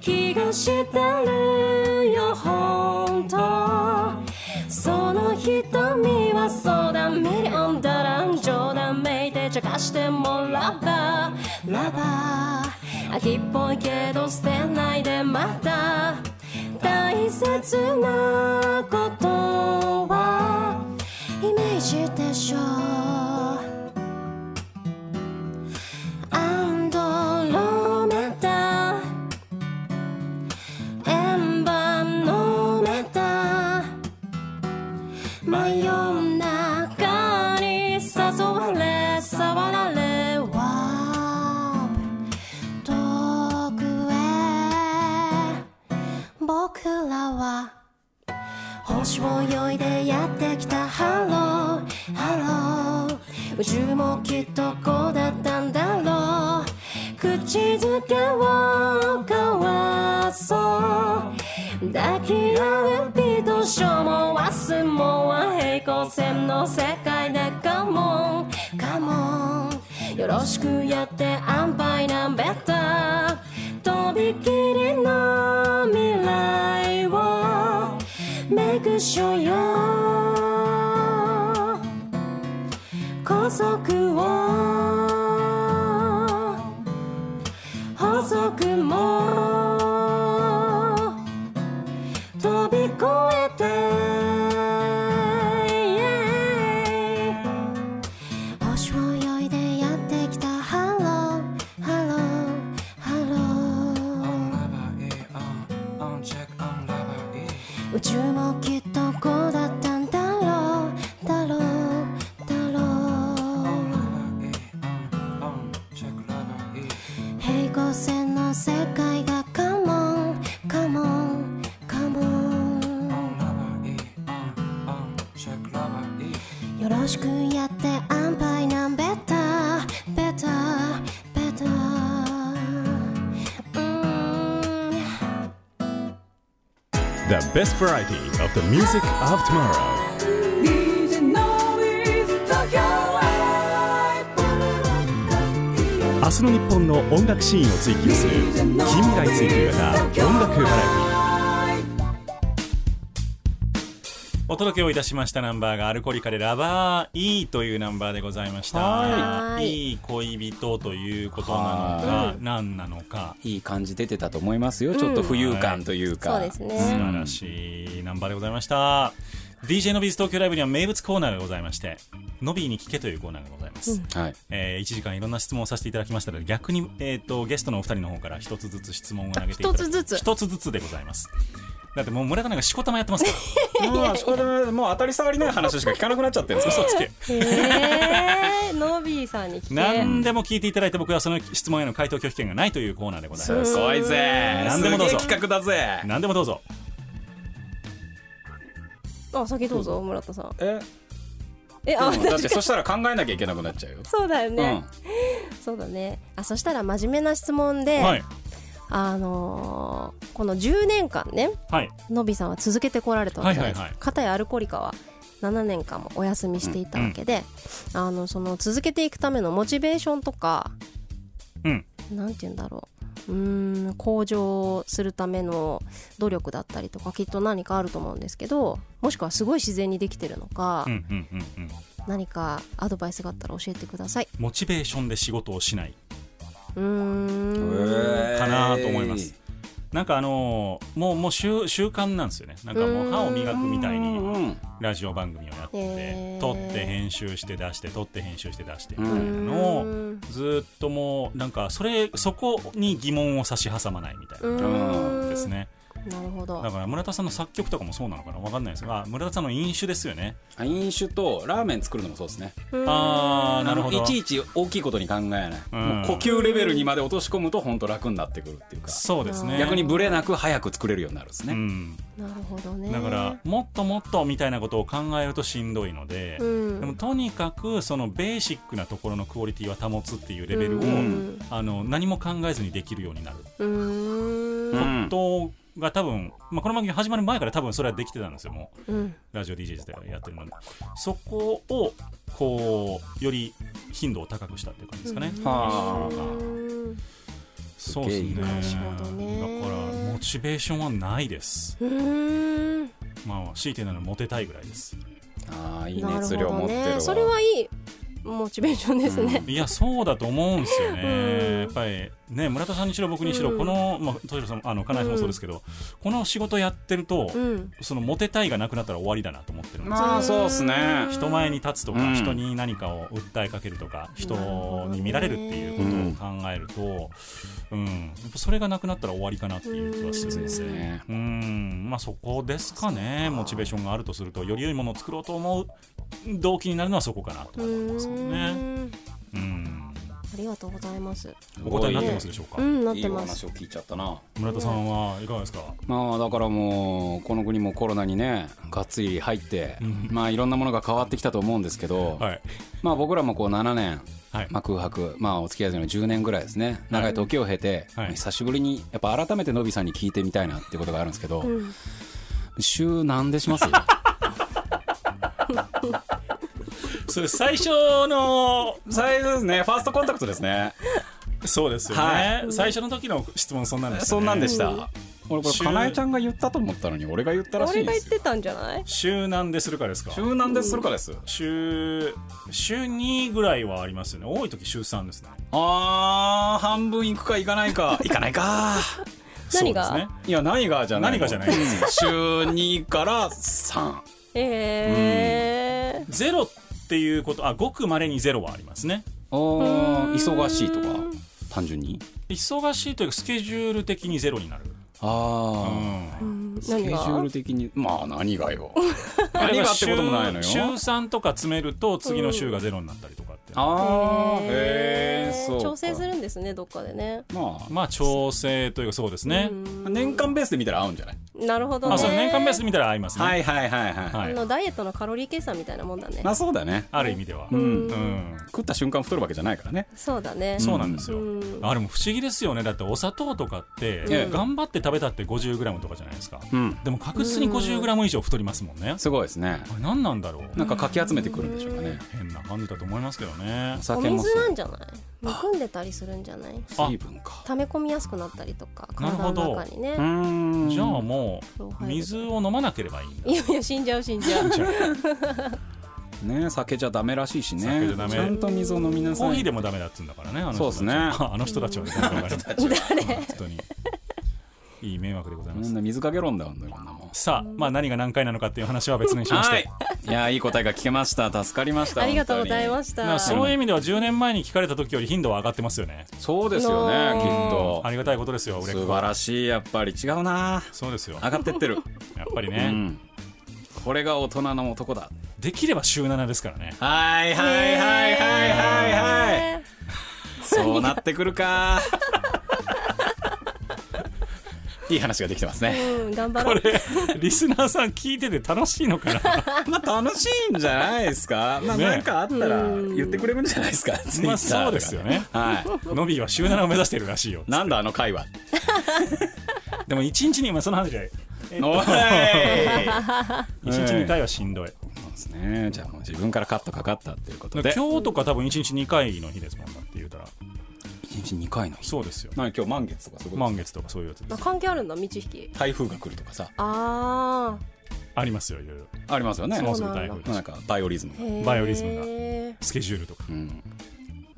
D: 気がしてるよ本当その瞳はそうだミリオンダラン冗談めいて茶化してもラバーラバー秋っぽいけど捨てないでまた大切なことはイメージでしょアンドロメダ円盤のメダ真夜中に誘われ触られは
F: 泳いでやってきたハローハロー宇宙もきっとこうだったんだろう口づけを交わそう抱き合うビートショーも明日もは平行線の世界でカモンカモンよろしくやってアンパイナンベッタとびきりの未来を Make sure you're 高速を法則も飛び越えて Yeah 星を泳いでやってきたハローハローハ
G: Uncheck,
F: ロー宇宙もきっとこうだったんだろうだろうだろう
G: uncheck,
F: 平行線の世界がカモンカモンカモン
G: uncheck, lover, E.
F: よろしくやってアンパイナンベタベタベタうーん
I: The best variety of the music of tomorrow. DJ 明日の日本の音楽シーンを追求する近未来追求型音楽バラエティ
B: お届けをいたしましたナンバーがアルコリカでラバー E というナンバーでございました。
F: はーい
B: いい恋人ということなのか、何なのか。
C: いい感じ出てたと思いますよ。ちょっと浮遊感というか。
F: そうです
B: 素
F: ね
B: 晴らしいナンバーでございました。DJ のビーズ東京ライブには名物コーナーがございまして、のびーに聞けというコーナーがございます。
C: はい。
B: え1時間いろんな質問をさせていただきましたので逆に、えー、とゲストのお二人の方から一つずつ質問を投げていただき
F: 一つずつ
B: 一つずつでございますだってもう村田なんかしこたまやってますから
C: まあ、それもう当たり障りない話しか聞かなくなっちゃってるんですよ。 嘘つけ。
D: えー、ノビーさんに聞け
B: 何でも聞いていただいて僕はその質問への回答拒否権がないというコーナーでございます
C: すごいぜ。
B: 何でもどうぞ
C: すげえ企画だぜ。
B: 何でもどうぞ
D: あ先どうぞ村田さん
C: え、
D: えあ
C: だってそしたら考えなきゃいけなくなっちゃうよ。
D: そうだよ
C: う
D: ね
C: ん、。
D: そうだねあそしたら真面目な質問で、
B: はい
D: あのーこの10年間ね
B: はい
D: のびさんは続けてこられたわけじゃないですか、
B: はいはいはい
D: 片やアルコリカは7年間もお休みしていたわけで、あのその続けていくためのモチベーションとか
B: うん
D: なんて言うんだろううーん向上するための努力だったりとかきっと何かあると思うんですけどもしくはすごい自然にできてるのか、
B: うんうんうんうん
D: 何かアドバイスがあったら教えてください
B: モチベーションで仕事をしないう
D: ーん
B: か
C: か
B: なと思います。なんかあのーもうもう習習慣なんですよねなんかもう歯を磨くみたいに
C: うん。
B: ラジオ番組をやって
D: へ
B: て
D: ー
B: 撮って編集して出して撮って編集して出して
C: う
B: みたいなのを
D: うん
B: ずーっともうなんかそれそこに疑問を差し挟まないみたいうな
D: ーん
B: ですね
D: なるほ
B: だ
D: ど
B: から村田さんの作曲とかもそうなのかなわかんないですが村田さんの飲酒ですよね
C: あ飲酒とラーメン作るのもそうですね。
B: ああなるほど
C: いちいち大きいことに考えない。
B: うん
C: もう呼吸レベルにまで落とし込むと本当楽になってくるっていうか。
B: そうですね
C: 逆にブレなく早く作れるようになるんです
B: う
C: ね。
B: ん
D: なるほどね
B: だからもっともっとみたいなことを考えるとしんどいので、
D: うん
B: でもとにかくそのベーシックなところのクオリティは保つっていうレベルを、
C: ん
B: あの何も考えずにできるようになる
D: うーん
C: うん
B: ことが多分、まあ、この番組始まる前から多分それはできてたんですよもう
D: うん
B: ラジオ DJ 自体はやってるのでそこをこうより頻度を高くしたっていう感じですかね。
C: はあ
D: うん
B: そうですね
C: な
D: るほどね
B: だからモチベーションはないです、
D: うーん
B: まあ、強いて言うならモテたいぐらいです
C: ああいい
D: なる
C: 熱
D: ほ
C: 量
D: ど
C: 持ってる
D: ね
C: わ。
D: それはいいモチベーションですね
B: いやそうだと思うんですよ
D: うん
B: ね、やっぱりね村田さんにしろ僕にしろ、
D: うん
B: この、まあ、としろさんもあの金井さんもそうですけど、この仕事やってると、
D: うん
B: そのモテたいがなくなったら終わりだなと思ってるんですよ、
C: まあそうですね。
B: 人前に立つとか、
C: うん
B: 人に何かを訴えかけるとか人に見られるっていうことを考えると、うんやっぱそれがなくなったら終わりかなっていう気はするん
C: ですね。
B: うんまあそこですかねモチベーションがあるとするとより良いものを作ろうと思う動機になるのはそこかなと思いますけどね。うん
D: ありがとうございます
B: お答えになってますでしょうか
D: うんなっ
C: いい
D: て
C: お
D: ま
C: 話
D: す
C: を聞いちゃったな
B: 村田さんはいかがですか
C: まあだからもうこの国もコロナにねがっつり入って、まあいろんなものが変わってきたと思うんですけど、
B: はい
C: まあ僕らもこう7年、
B: はい
C: まあ、空白、まあ、お付き合いの10年ぐらいですね長い時を経て、
B: はい
C: 久しぶりにやっぱ改めてのびさんに聞いてみたいなっていうことがあるんですけど、
D: ん
C: 週何でし ます
B: それ最初の
C: 最初ですねファーストコンタクトですね
B: そうですよね、
C: は
B: 最初の時の質問そんなんでした、ね、
C: そんなんでした、俺これ
B: 週
C: かなえちゃんが言ったと思ったのに俺が言ったらしいん
D: 俺
C: で
D: が言っ
C: すよ
D: てたんじゃない
B: 週何でするかですか
C: 週何でするかです、
B: 週週2ぐらいはありますよね多い時週3ですね
C: あー半分いくかいかない かいかないか
D: 何が
B: そうですね
C: いや何がじゃない
B: 何がじゃない
C: うん週2から3
D: ええ
B: ゼロっていうことあごくまれにゼロはありますね
C: おー忙しいとか単純に
B: 忙しいというかスケジュール的にゼロになる、
C: あ
B: う
C: あ、
B: ん、
C: スケ
D: 何
C: ジュ
D: が
C: ール的にまあ何が よ何がってこともないのよ
B: 週3とか詰めると次の週がゼロになったりとかって、
C: あー
D: へ
C: へえ
D: ー
C: そうか
D: 調整するんですねどっかでね
C: まあ
B: まあ調整というかそうですね、
D: うん
C: 年間ベースで見たら合うんじゃない
D: なるほどね
B: あそう年間ベースで見たら合いますね、
C: はいはいはいはい、
B: は
D: あ
B: い
D: のダイエットのカロリー計算みたいなもんだね
C: まあそうだね
B: ある意味では、
C: う
B: うん
C: ん食った瞬間太るわけじゃないからね
D: そうだね
B: そうなんですよ、
D: うん
B: あれも不思議ですよねだってお砂糖とかって、
C: ええ
B: 頑張って食べたって 50g とかじゃないですか、
C: うん
B: でも確実に 50g 以上太りますもんね、
C: すごいですね
B: あれ何なんだろう
C: なんかかき集めてくるんでしょうかね
B: 変な感じだと思いますけどね
C: お
D: お
C: 酒もそ
D: 水な
C: うん
D: じゃないむくんでたりするんじゃない
B: あ
C: 水分か
D: 溜め込みやすくなったりとか
B: なる
D: 体
B: ほど
D: の中にね
C: ん
B: じゃあも
D: そう
B: う
D: 入る
B: 水を飲まなければいいんだ
D: いやいや死んじゃう死んじゃう
B: じゃあ
C: ね酒じゃダメらしいしね
B: 酒じゃダメ
C: ちゃんと水を飲みなさい
B: コーヒーでもダメだっつうんだからねあの人たち
C: そうですね
B: ああの人たち はね誰本当にいい迷惑でございま
C: み
B: す、
C: んな水かけろんだよこんなもん
B: さあ、まあ、何が何回なのかっていう話は別にしまして、
C: いやいい答えが聞けました助かりました
D: ありがとうございま
C: し
D: した
B: まあそういう意味では10年前に聞かれた時より頻度は上がってますよね
C: たそうですよねきっと
B: ありがたいことですよ売れっ子
C: 素晴らしいやっぱり違うな
B: そうですよ
C: 上がってってる、
B: やっぱり
C: う
B: ね、
C: ん、これが大人の男だ
B: できれば週7ですからね
C: はいはいはいはいはいはい
D: え
C: そうなってくるか いい話ができてますね
D: ーうん頑張ろ
B: こ
D: う
B: れリスナーさん聞いてて楽しいのかな
C: まあ楽しいんじゃないですか、まあ、
B: ね
C: なんかあったら言ってくれるんじゃないですか、ツイッターとか
B: そうですよね
C: は
B: のびは週7を目指してるらしいよ
C: い、なんだあの会話
B: でも1日に今その話で
C: おい
B: 1日2回はしんどい
C: そうですねじゃあもう自分からカットかかったっていうこと
B: 今
C: で
B: 日とか多分1日2回の日ですもんだって言うたら
C: 1日2回の日
B: そうですよ
C: なんか今日満月とかすごい、
B: 満月とかそういうやつで
D: あ
B: す
D: 関係あるんだ道引き
C: 台風が来るとかさ
D: あ
B: ありますよいろいろ
C: ありますよね
B: もう
D: う
B: すぐ
D: なんだ
B: 台風
C: まあ
B: だし
C: なんかバイオリズム
D: あ
B: バイオリズムが
D: ム
B: スケジュールとか
C: うん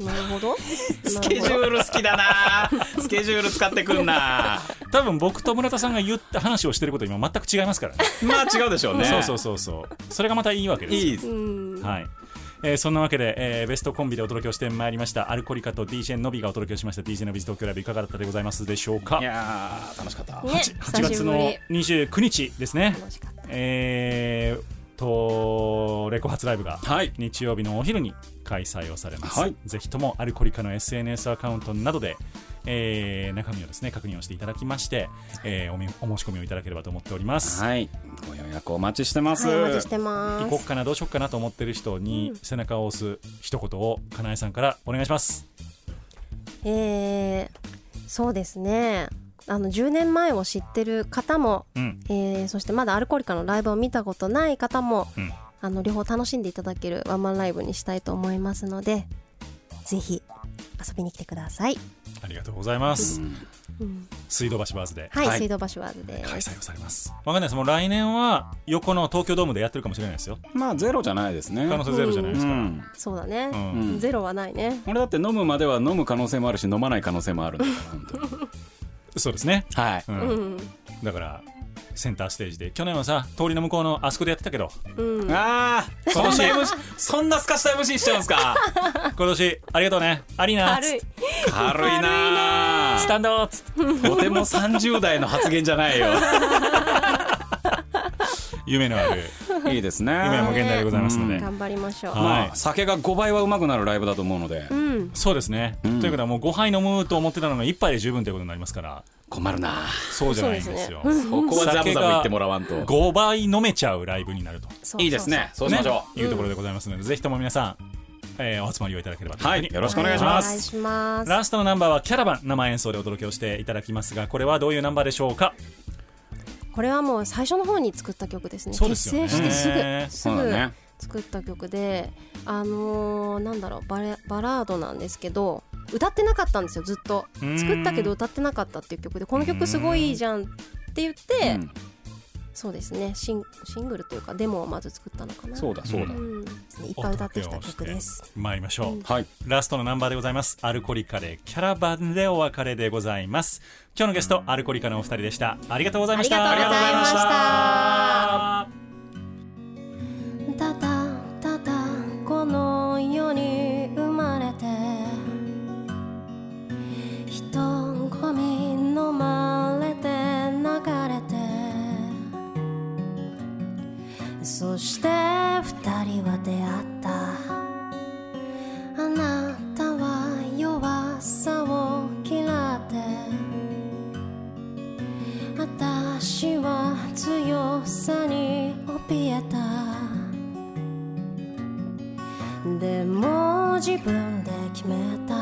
D: なるほど
C: スケジュール好きだなスケジュール使ってくん な
B: 多分僕と村田さんが言った話をしてること今全く違いますからね
C: まあ違うでしょうね
B: そうそうそうそうそれがまたいいわけですよ
C: いいです
D: うん
B: はい。えーそんなわけで、えーベストコンビでお届けをしてまいりましたアルコリカと DJ のびがお届けをしました DJ のビズ東京ライブいかがだったでございますでしょうか
C: いやー楽しかった
D: ね
B: 8
D: 久し
B: 月
D: ぶ
B: の
D: り
B: 29日ですね
D: 楽しかった
B: えーとレコ発ライブが
C: はい
B: 日曜日のお昼に開催をされます、
C: はい
B: ぜひともアルコリカの SNS アカウントなどで、えー中身をですね確認をしていただきまして、えーおみお申し込みをいただければと思っております、
C: はいご予約お待ちしてます、
D: はいお待ちしてま
B: 行こっかなどうしよっかなと思ってる人に背中を押す一言をかなえさんからお願いします
D: すえーそうですねあの10年前を知ってる方も
B: うん
D: えーそしてまだアルコリカのライブを見たことない方も、
B: うん
D: あの両方楽しんでいただけるワンマンライブにしたいと思いますのでぜひ遊びに来てください
B: ありがとうございます、水道橋バーズで
D: はい、
C: はい
D: 水道橋ワーズで
B: 開
D: す
B: 催をされますわかんないですもう来年は横の東京ドームでやってるかもしれないですよ
C: まあゼロじゃないですね
B: 可能性ゼロじゃないです
C: う
B: か、
C: ん
D: そうだね、
B: うん
C: うん
D: ゼロはないね
C: 俺だって飲むまでは飲む可能性もあるし飲まない可能性もあるんだから本当に
B: そうですね、
C: はい
B: うん
D: うん
B: だからセンターステージで去年はさ通りの向こうのあそこでやってたけど
D: うん
C: ああそんな MC そんなすかした MC しちゃうんすか
B: 今年ありがとうねありな
D: 軽い
C: 軽いな
B: スタンドっつって
C: とても30代の発言じゃないよ
B: 夢のある
C: いいですね
B: 今やもう現代でございますので、
F: 頑張りましょう。
B: は
C: まあ、酒が5倍はうまくなるライブだと思うので
F: うん。
B: そうですね、
C: ん
B: ということはもう5杯飲むと思ってたのが1杯で十分ということになりますから
C: 困るな
B: そうじゃないんですよ
F: そうですね
C: ここはザブザブ言ってもらわんと
B: 5倍飲めちゃうライブになると
F: そうそうそう
C: いいですね。そうしましょ
B: ねいうところでございますので、ぜひとも皆さん、えーお集まりをいただければとうふうに
C: はいよろしくお願いします
F: お願いします。
B: ラストのナンバーはキャラバン生演奏でお届けをしていただきますがこれはどういうナンバーでしょうか
F: これはもう最初の方に作った曲ですね。
B: そうですよね
F: 結成して
B: ね
F: す
C: そ
F: ぐ、
C: うだ
F: すぐ
C: ね
F: 作った曲で、あのーなんだろうバレバラードなんですけど。歌ってなかったんですよずっと
B: うーん
F: 作ったけど歌ってなかったっていう曲でこの曲すごいいいじゃんって言っ
C: う、
F: て、
C: うん
F: そうですねシンシングルというかデモをまず作ったのかな
C: そうだそうだ、
F: うん、ですねいっぱい歌ってきた曲です
B: 参りましょう、
C: はい
B: ラストのナンバーでございますアルコリカでキャラバンでお別れでございます今日のゲストアルコリカのお二人でしたありがとうございました
F: ありがとうございましたただただこの世に生まれて人混み飲まれて流れてそして二人は出会ったあなたは弱さを嫌って私は強さに怯えたでも自分で決めた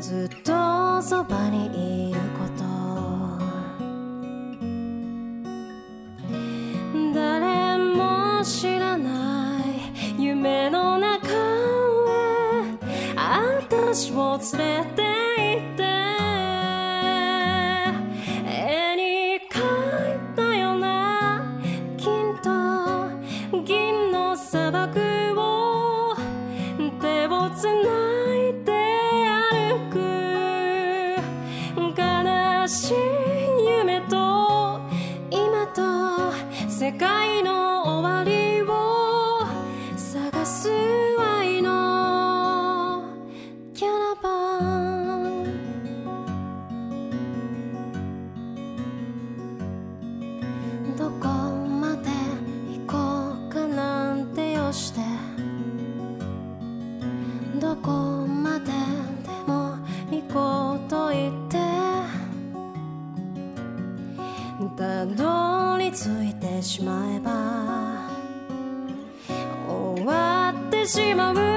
F: ずっとそばにいること誰も知らない夢の中へ私を連れて行って絵に描いたような金と銀の砂漠を手をつないで歩く悲しい夢と今と世界の終わりを探す愛のキャラバンどこまで行こうかなんてよしてどこまででも行こうと言ってたどり着いてしまえば終わってしまう